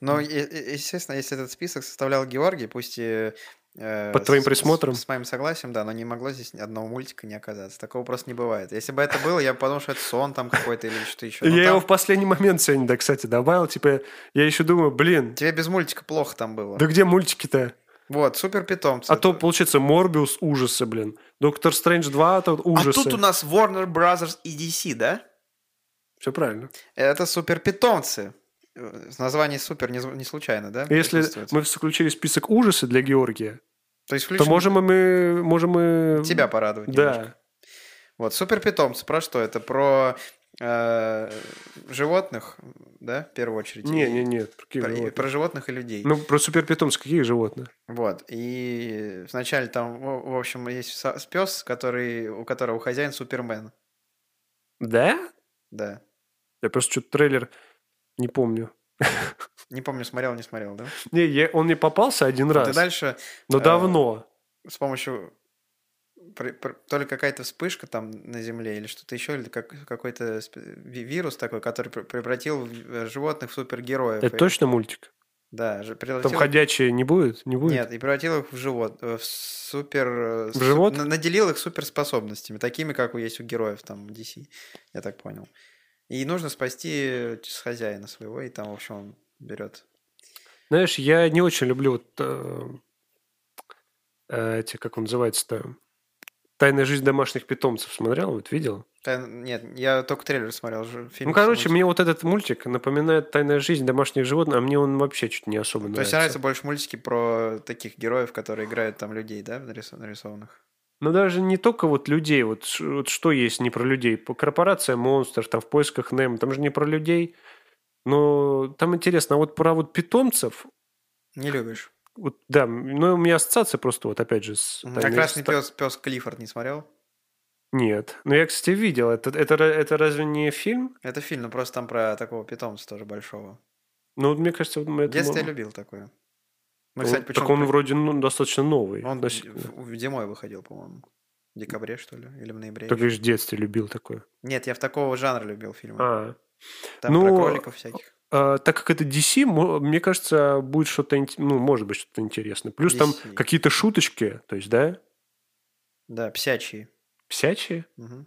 Но, е- е- естественно, если этот список составлял Георгий, пусть и... э,
Под твоим
с-
присмотром.
С, с моим согласием, да, но не могло здесь ни одного мультика не оказаться. Такого просто не бывает. Если бы это было, я бы подумал, что это сон там какой-то или что-то еще.
я его в последний момент сегодня, да, кстати, добавил. Типа, я еще думаю, блин,
Тебе без мультика плохо там было.
да где мультики-то?
Вот, супер питомцы.
А то, получается, Морбиус ужасы, блин. Доктор Стрэндж 2 это вот
а
ужасы.
тут у нас Warner Brothers и DC, да?
Все правильно.
Это суперпитомцы. Э, Название супер не, зв- не случайно, да?
Если
присутствует?
мы включили список ужасы для Георгия,
То есть
то
включим
можем и мы... Можем и...
тебя порадовать. немножко.
Да.
Вот, суперпитомцы про что? Это про э, животных, да, в первую очередь? И-
Не-не-не. про какие
Про, и-
животные?
про животных и людей.
Ну, про суперпитомцев какие животные?
Вот. И вначале там, в в общем, есть со- пес, который, у которого хозяин Супермен.
Да?
Да.
Я просто что-то трейлер не помню.
Не помню, смотрел, не смотрел, да?
Не, я- он не попался один
Вот и
раз,
Ну, дальше
но
э,
давно.
с помощью при- при- то ли какая-то вспышка там на Земле или что-то еще, или как- какой-то спе- ви- вирус такой, который пр- превратил в- э, животных в супергероев.
Это
И-
точно мультик?
Да, же- превратил...
Там ходячие не будет? Не будет?
Нет, и превратил их в живот, э, в супер... э,
В
су-
живот?
на- Наделил их суперспособностями, такими, как у есть у героев там DC, я так понял. И нужно спасти э, с хозяина своего, и там, в общем, он берет.
Знаешь, я не очень люблю вот, э, э, эти, как он называется-то, «Тайная жизнь домашних питомцев» смотрел, вот видел?
Та- Нет, я только трейлер смотрел. ж- Фильм
ну, короче,
смотрел.
мне вот этот мультик напоминает «Тайная жизнь домашних животных», а мне он вообще чуть не особо
То есть
нравится.
нравятся больше мультики про таких героев, которые играют там людей, да, нарис- нарисованных?
Но даже не только вот людей, вот, ш- вот что есть не про людей. По- Корпорация «Монстр», там «В поисках Немо», там же не про людей. Но там интересно, а вот про вот питомцев,
Не любишь.
вот, да, м, ну, у меня ассоциация просто вот опять же с...
Мгм. А
«Тайной
красный
Типа ста-
пес, пес Клиффорд не смотрел?
Нет. Ну, я, кстати, видел. Это, это, ра- это разве не фильм?
Это фильм, ну просто там про такого питомца тоже большого.
Ну, вот мне кажется, вот мы
В
это...
детстве я
мы-
любил такое. Мы,
Ну,
кстати,
так
почему-то
он вроде ну, достаточно новый.
Он
относительно.
в- в- зимой выходил, по-моему. В декабре, что ли? Или в ноябре?
Так
еще.
лишь в детстве любил такое.
Нет, я в такого жанра любил фильмы.
А.
Там
ну,
про кроликов всяких.
А, так как это DC, мо- мне кажется, будет что-то, ин- ну, может быть, что-то интересное. Плюс
DC.
там какие-то шуточки, то есть, да,
Да, псячие.
псячие.
Мгм.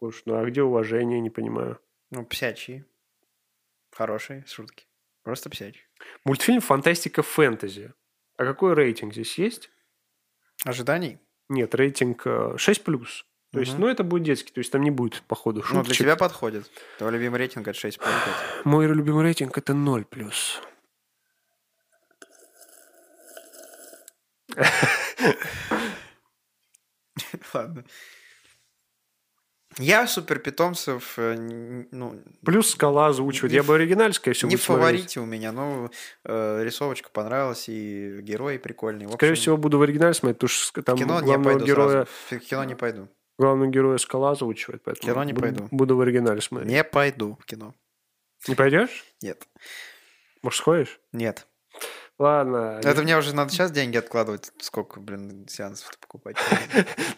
Уж, ну, а где уважение, не понимаю.
Ну, псячие. Хорошие шутки. Просто псячие.
Мультфильм «Фантастика фэнтези». А какой рейтинг здесь есть?
Ожиданий?
Нет, рейтинг э, 6+. То есть,
Мгм.
ну, это будет детский, то есть там не будет, походу,
Ну, для
шуточек.
тебя подходит. Твой любимый рейтинг от 6.5.
Мой любимый рейтинг это 0 плюс.
Ладно. Я супер питомцев, ну,
Плюс скала озвучивает.
Не
Я
ф-
бы оригинальское все
не в фаворите у меня, но э, рисовочка понравилась, и герой прикольный. В
Скорее
общем,
всего, буду в оригинале смотреть, потому что там
в кино не
главного
пойду
героя,
сразу. В кино не пойду.
главного героя скала озвучивает. Поэтому
Кино не
буду,
пойду.
Буду в оригинале смотреть.
Не пойду в кино.
Не пойдешь?
Нет.
Может, сходишь?
Нет.
Ладно.
Это мне уже надо сейчас деньги откладывать. Сколько, блин, сеансов покупать?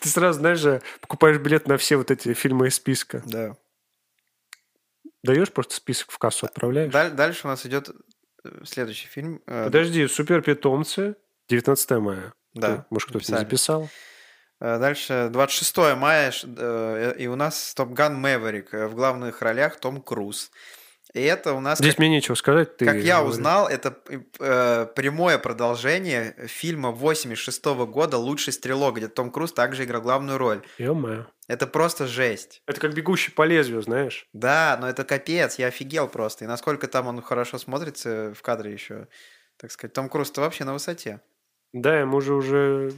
Ты сразу, знаешь же, покупаешь билет на все вот эти фильмы из списка.
Да.
Даешь просто список в кассу, отправляешь.
Даль- Дальше у нас идет э, следующий фильм. э,
Подожди, супер питомцы. 19 мая.
Да,
Ты, Может, кто-то не
написали.
записал.
э, Дальше 26 мая, ш- э, и у нас Топ Ган Мэверик. э, В главных ролях Том Круз. И это у нас,
Здесь
как,
мне нечего сказать. ты
А как я
говори.
узнал, это э, прямое продолжение фильма 86 года «Лучший стрелок», где Том Круз также играл главную роль.
Ё-моё.
Это просто жесть.
Это как бегущий по лезвию, знаешь.
Да, но это капец, я офигел просто. И насколько там он хорошо смотрится в кадре еще, так сказать. Том Круз-то вообще на высоте.
Да, ему же уже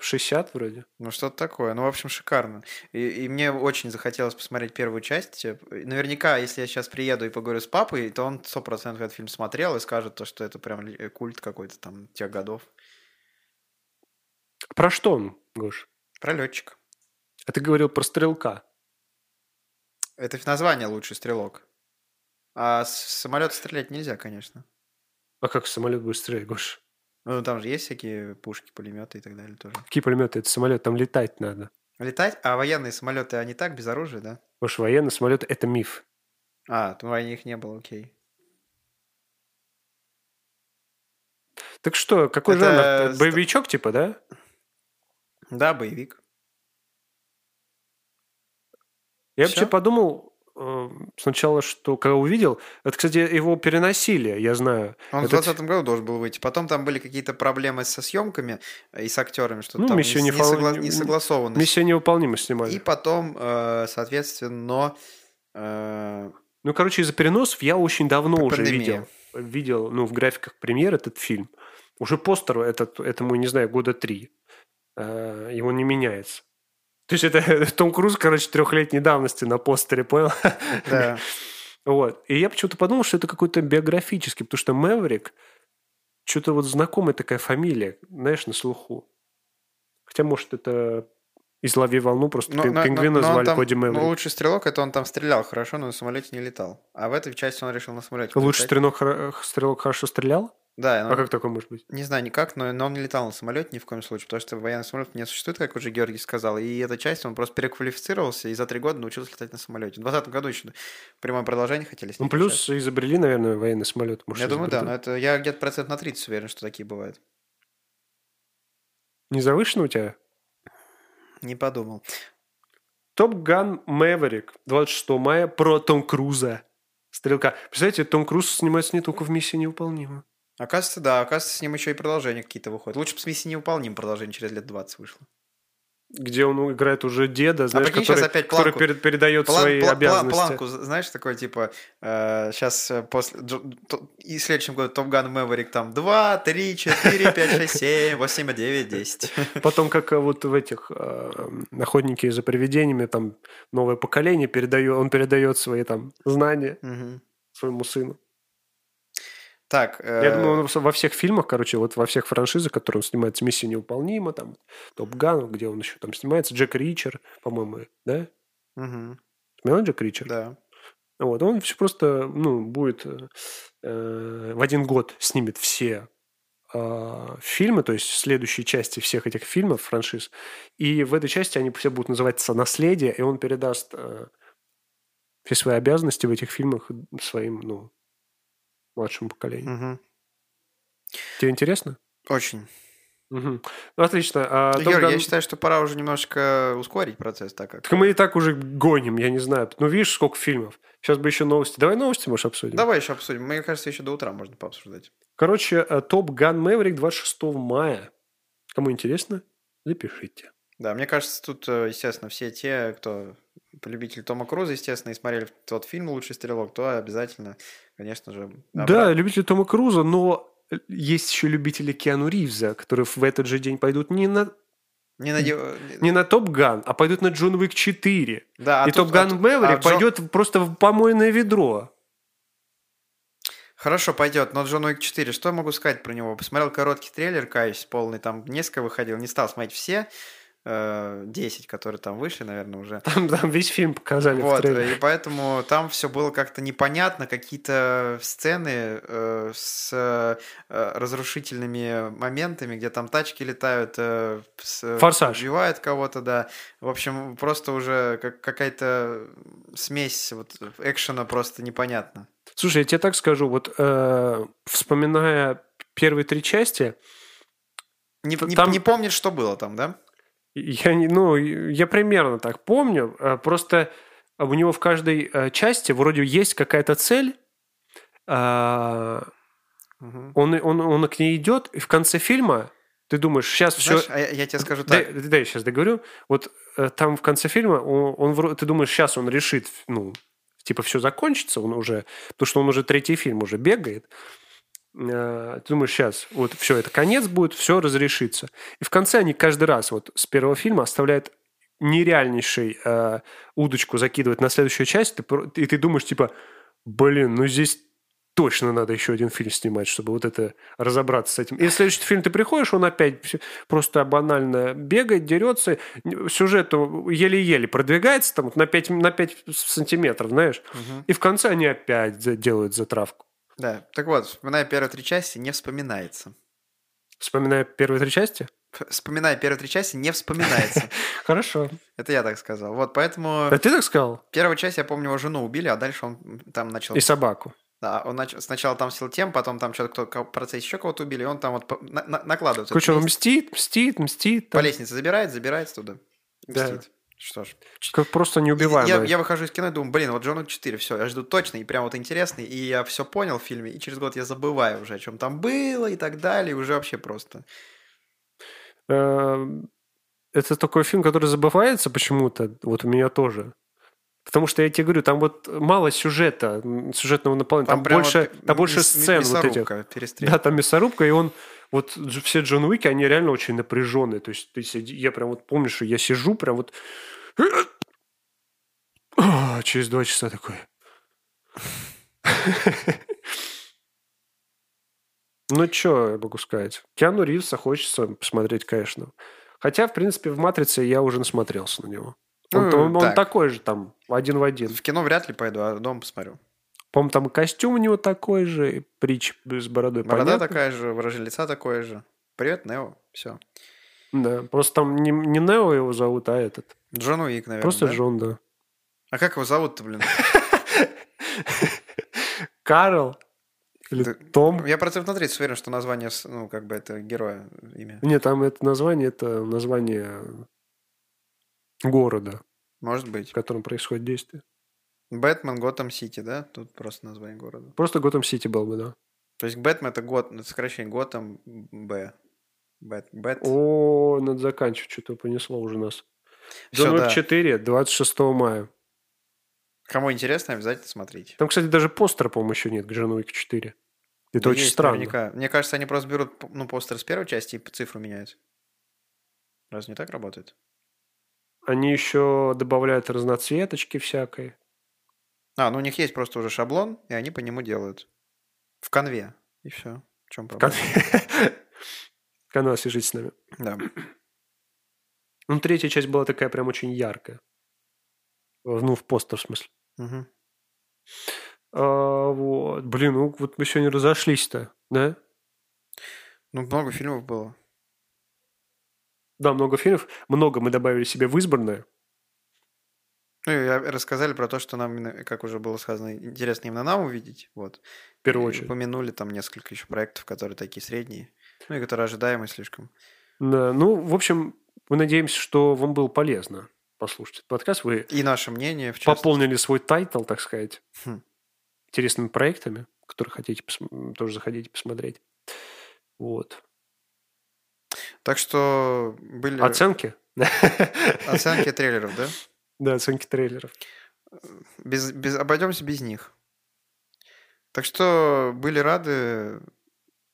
60 вроде.
Ну, что-то такое. Ну, в общем, шикарно. И, и мне очень захотелось посмотреть первую часть. Э, Наверняка, если я сейчас приеду и поговорю с папой, то он 100% этот фильм смотрел и скажет, то, что это прям л- э, культ какой-то там тех годов.
Про что он, Гош?
Про летчика.
А ты говорил про стрелка.
Это ф- название «Лучший стрелок». А с самолета стрелять нельзя, конечно.
А как самолет будет стрелять, Гош?
Ну, там же есть всякие пушки, пулеметы и так далее тоже.
Какие пулеметы? Это самолет, там летать надо.
Летать? А военные самолеты, они так, без оружия, да?
Гош, военный самолет – это миф.
А, то войны их не было, окей.
Так что, какой
Это
жанр?
ст-
Боевичок типа, да?
Да, боевик.
Я
Всё?
вообще подумал э, сначала, что когда увидел... Это, кстати, его переносили, я знаю.
Он
Этот
в 20 году должен был выйти. Потом там были какие-то проблемы со съемками э, и с актерами, что
Ну,
там не,
миссия
с- не
нефо-
согла-
не-
не согласованность.
«Миссия невыполнима» снимали.
И потом, э, соответственно, э,
Ну, короче, из-за переносов я очень давно
П-
уже
пандемия.
видел. Видел, ну, в графиках премьер этот фильм. Уже постер этот, этому, не знаю, года три. Э, И он не меняется. То есть это Том Круз, короче, трехлетней давности на постере, понял?
да.
Вот. И я почему-то подумал, что это какой-то биографический, потому что Мэврик, что-то вот знакомая такая фамилия, знаешь, на слуху. Хотя, может, это из «Лови волну» просто
Но-
пин-
но-
пингвина
но- но он
звали
там-
Коди Мэврик.
Ну, лучший стрелок, это он там стрелял хорошо, но на самолете не летал. А в этой части он решил на самолете.
Лучше
полетать.
стрелок, хоро- стрелок хорошо стрелял?
Да, но-
А как такое может быть?
не знаю никак, но, но он не летал на самолете ни в коем случае, потому что военный самолет не существует, как уже Георгий сказал. И эта часть, он просто переквалифицировался и за три года научился летать на самолете. В 2020 году еще прямое продолжение хотели
Ну,
снять. а
плюс изобрели, наверное, военный самолет.
сейчас-
Может,
Я думаю, да,
изобрели.
но это я где-то процент на 30 уверен, что такие бывают.
Не завышено у тебя?
Не подумал.
Топ Ган Мэверик 26 мая про Том Круза. Стрелка. Представляете, Том Круз снимается не только в «Миссии невыполнима».
Оказывается, да, оказывается, с ним еще и продолжение какие-то выходят. Лучше бы с миссией невыполним продолжение через лет 20 вышло.
где он играет уже деда, знаешь,
А прикинь, щас
который,
опять
который
планку-
перед- передает
План-
свои
пла- пла-
обязанности.
планку, знаешь, такой типа сейчас после Дж- Т- и в следующем году Top Gun Maverick там 2, 3, 4, 5, 6, 7, 8, 9, 10.
Потом, как э, вот в этих э, охотники за привидениями, там новое поколение передает, он передает свои там знания
Мгм.
своему сыну.
Так, э,
Я думаю, он во- во всех фильмах, короче, вот во всех франшизах, которые он снимается, «Миссия невыполнима», там «Топ Ган», где он еще там снимается, «Джек Ричер», по-моему, да?
мгм,
Смотрел Джек Ричер?
да.
Вот, он все просто, ну, будет э, э, в один год снимет все э, фильмы, то есть следующие части всех этих фильмов, франшиз, и в этой части они все будут называться «Наследие», и он передаст э, все свои обязанности в этих фильмах своим, ну, младшему поколению.
мгм.
Тебе интересно?
Очень.
Мгм. Ну, отлично. А, Топ
Юр,
Ган-
я считаю, что пора уже немножко ускорить процесс, так как...
Так мы и так уже гоним, я не знаю. Ну, видишь, сколько фильмов. Сейчас бы еще новости. Давай новости, может, обсудим?
Давай еще обсудим. Мне кажется, еще до утра можно пообсуждать.
Короче, э, Топ Ган Мэверик 26 мая. Кому интересно, запишите.
Да, мне кажется, тут, э, естественно, все те, кто любитель Тома Круза, естественно, и смотрели тот фильм «Лучший стрелок», то обязательно, конечно же... обра-
Да, любители Тома Круза, но э, есть еще любители Киану Ривза, которые в этот же день пойдут не на,
Не надев...
не на Топ Ган, а пойдут на Джон Уик 4.
Да, а
и
тут-
Топ Ган
а тут-
Мэверик
а Джо-
пойдет просто в помойное ведро.
Хорошо, пойдет, но Джон Уик 4, что я могу сказать про него? Посмотрел короткий трейлер, каюсь, полный, там несколько выходил, не стал смотреть все, э, 10, которые там вышли, наверное, уже.
Там, там весь фильм показали в
Вот,
трейлере.
и поэтому там все было как-то непонятно, какие-то сцены э, с э, разрушительными моментами, где там тачки летают, э, с-
Форсаж.
убивают кого-то, да. В общем, просто уже как- какая-то смесь вот экшена просто непонятно.
Слушай, я тебе так скажу, вот э, вспоминая первые три части,
Не, не-
Там-
не помнит, что было там, да?
Я, не- ну, я примерно так помню. Э, Просто у него в каждой э, части вроде есть какая-то цель. а,
Мгм.
Он, и- он, он к ней идет, и в конце фильма ты думаешь, сейчас все...
Знаешь, а я, я тебе скажу
Да,
так.
я сейчас договорю. Вот э, там в конце фильма он, он вро- ты думаешь, сейчас он решит, ну, типа все закончится, он уже, потому что он уже третий фильм уже бегает. Э, Ты думаешь, сейчас вот все, это конец будет, все разрешится. И в конце они каждый раз вот с первого фильма оставляют нереальнейший э, удочку закидывать на следующую часть, ты про- и ты думаешь, типа, блин, ну здесь точно надо еще один фильм снимать, чтобы вот это разобраться с этим. И в следующий фильм ты приходишь, он опять всё- просто банально бегает, дерется, н- сюжет еле-еле продвигается там вот на 5, на 5 сантиметров, знаешь.
Мгм.
И в конце они опять за- делают затравку.
Да. Так вот, вспоминая первые три части, не вспоминается.
Вспоминая первые три части?
П- Вспоминая первые три части, не вспоминается.
Хорошо.
Это я так сказал. Вот, поэтому
А ты так сказал?
первую часть, я помню, его жену убили, а дальше он м, там начал...
И собаку.
Да, он нач- сначала там сел тем, потом там что-то кто ко- в процессе еще кого-то убили, и он там вот по- на- на- накладывает.
Короче,
эту
он
лестницу.
мстит, мстит, мстит.
По
там.
лестнице забирает, забирает туда.
Да.
Мстит. Что ж.
Как просто не убиваем.
Я, я выхожу из кино и думаю, блин, вот Джон Уик 4, все, я жду точно, и прям вот интересный, и я все понял в фильме, и через год я забываю уже, о чем там было и так далее, и уже вообще просто.
Э, Это такой фильм, который забывается почему-то. Вот у меня тоже. Потому что я тебе говорю, там вот мало сюжета, м, сюжетного наполнения. Там,
прям
больше,
вот
там больше
мяс-
сцен вот этих.
мясорубка, перестрелка.
Да, там мясорубка, и он... Вот дж- все Джон Уики, они реально очень напряженные. То есть ты сиди- я прям вот помню, что я сижу прям вот... А, через два часа такой... Ну, что я могу сказать? Киану Ривза хочется посмотреть, конечно. Хотя, в принципе, в «Матрице» я уже насмотрелся на него. Он,
Ну,
он- он
так.
такой же там, один в один.
В кино вряд ли пойду, а дома посмотрю.
По-моему, там и костюм у него такой же, и притч с бородой.
Борода
понятно.
такая же, выражение лица такое же. Привет, Нео. Все.
Да, просто там не, не Нео его зовут, а этот.
Джон Уик, наверное.
просто
Эм, да?
Джон, да.
А как его зовут-то, блин?
Карл или
Да.
Том.
Я процентов на 30 уверен, что название, с- ну, как бы это героя имя.
Не, там это название, это название города,
Может
в
быть.
котором происходит действие.
Бэтмен, Готэм Сити, да? Тут просто название города.
Просто Готэм Сити был бы, да.
То есть Бэтмен это год, ну, сокращение Готэм Б. Бэт, бэт.
О, надо заканчивать, что-то понесло уже нас.
Всё,
Джон
да.
Уик 4, 26 мая.
Кому интересно, обязательно смотрите.
Там, кстати, даже постера, по-моему, еще нет к Джону Уику 4. Это
Да
очень
Ну, есть
странно.
наверняка. Мне кажется, они просто берут ну, постер с первой части и по цифру меняют. Разве не так работает?
Они еще добавляют разноцветочки всякой.
А, ну у них есть просто уже шаблон, и они по нему делают. В конве. И все. В чем проблема?
Канал свяжитесь с нами.
Да.
Ну, третья часть была такая прям очень яркая. Э, Ну, в постер, в смысле.
Мгм.
А, вот. Блин, ну вот мы сегодня разошлись-то, да?
Ну, много фильмов было.
Да, много фильмов. Много мы добавили себе в избранное.
Ну, и а- рассказали про то, что нам, именно, как уже было сказано, интересно именно нам увидеть. Вот.
В первую
И
очередь.
Упомянули там несколько еще проектов, которые такие средние. Ну, и которые ожидаемые слишком.
Да, ну, в общем, мы надеемся, что вам было полезно послушать этот подкаст. Вы
И наше мнение, в частности.
пополнили свой тайтл, так сказать,
Хм.
интересными проектами, которые хотите посм- тоже заходите посмотреть. Вот.
Так что были
Оценки?
оценки трейлеров, да?
Да, оценки трейлеров.
Без, без, обойдемся без них. Так что были рады.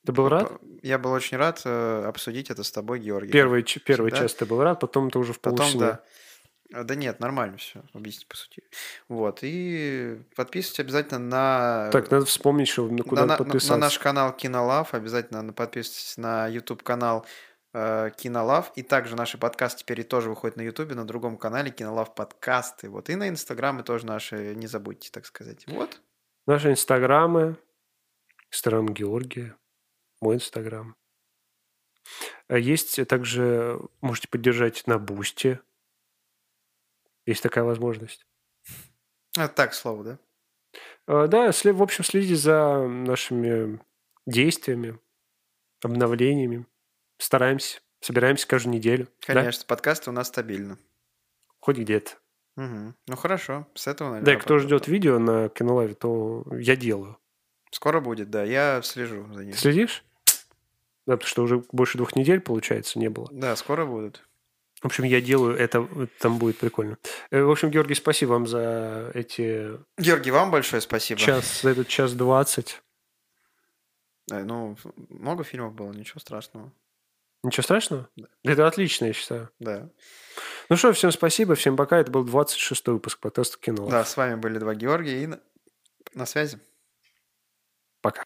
Ты был рад?
П- Я был очень рад э, обсудить это с тобой, Георгий.
Первый, ч- первый
да.
час ты был рад, потом ты уже в
Потом,
полусне.
да. А, Да нет, нормально все, объяснить по сути. Вот, и подписывайтесь обязательно на...
Так, надо вспомнить, что на куда
э, на, на-
подписаться.
на наш канал Кинолав, обязательно на- подписывайтесь на YouTube-канал э, Кинолав. И также наши подкасты теперь и тоже выходят на YouTube, на другом канале Кинолав подкасты. Вот, и на Инстаграм и тоже наши, не забудьте, так сказать. Вот.
Наши инстаграмы. Инстаграм Георгия. Мой инстаграм. А Есть также... Можете поддержать на Бусте. Есть такая возможность.
А, так, слово, да?
А, Да, сле- в общем, следите за нашими действиями, обновлениями. Стараемся. Собираемся каждую неделю. да?
Конечно, подкасты у нас стабильно.
Хоть где-то.
Мгм. Ну хорошо, с этого, наверное.
Да, и кто
пойдём.
ждет видео на Кинолаве, то я делаю.
Скоро будет, да, я слежу за ним.
Ты следишь? Да, потому что уже больше двух недель, получается, не было.
Да, скоро будут.
В общем, я делаю это, там будет прикольно. Э, В общем, Георгий, спасибо вам за эти
Георгий, вам большое спасибо.
час, за этот час двадцать.
Э, Ну, ф- много фильмов было, ничего страшного.
Ничего страшного? Это отлично, я считаю.
Да.
Ну что, всем спасибо, всем пока. Это был 26-й выпуск подкаста кино.
Да, с вами были два Георгия и на- на связи.
Пока.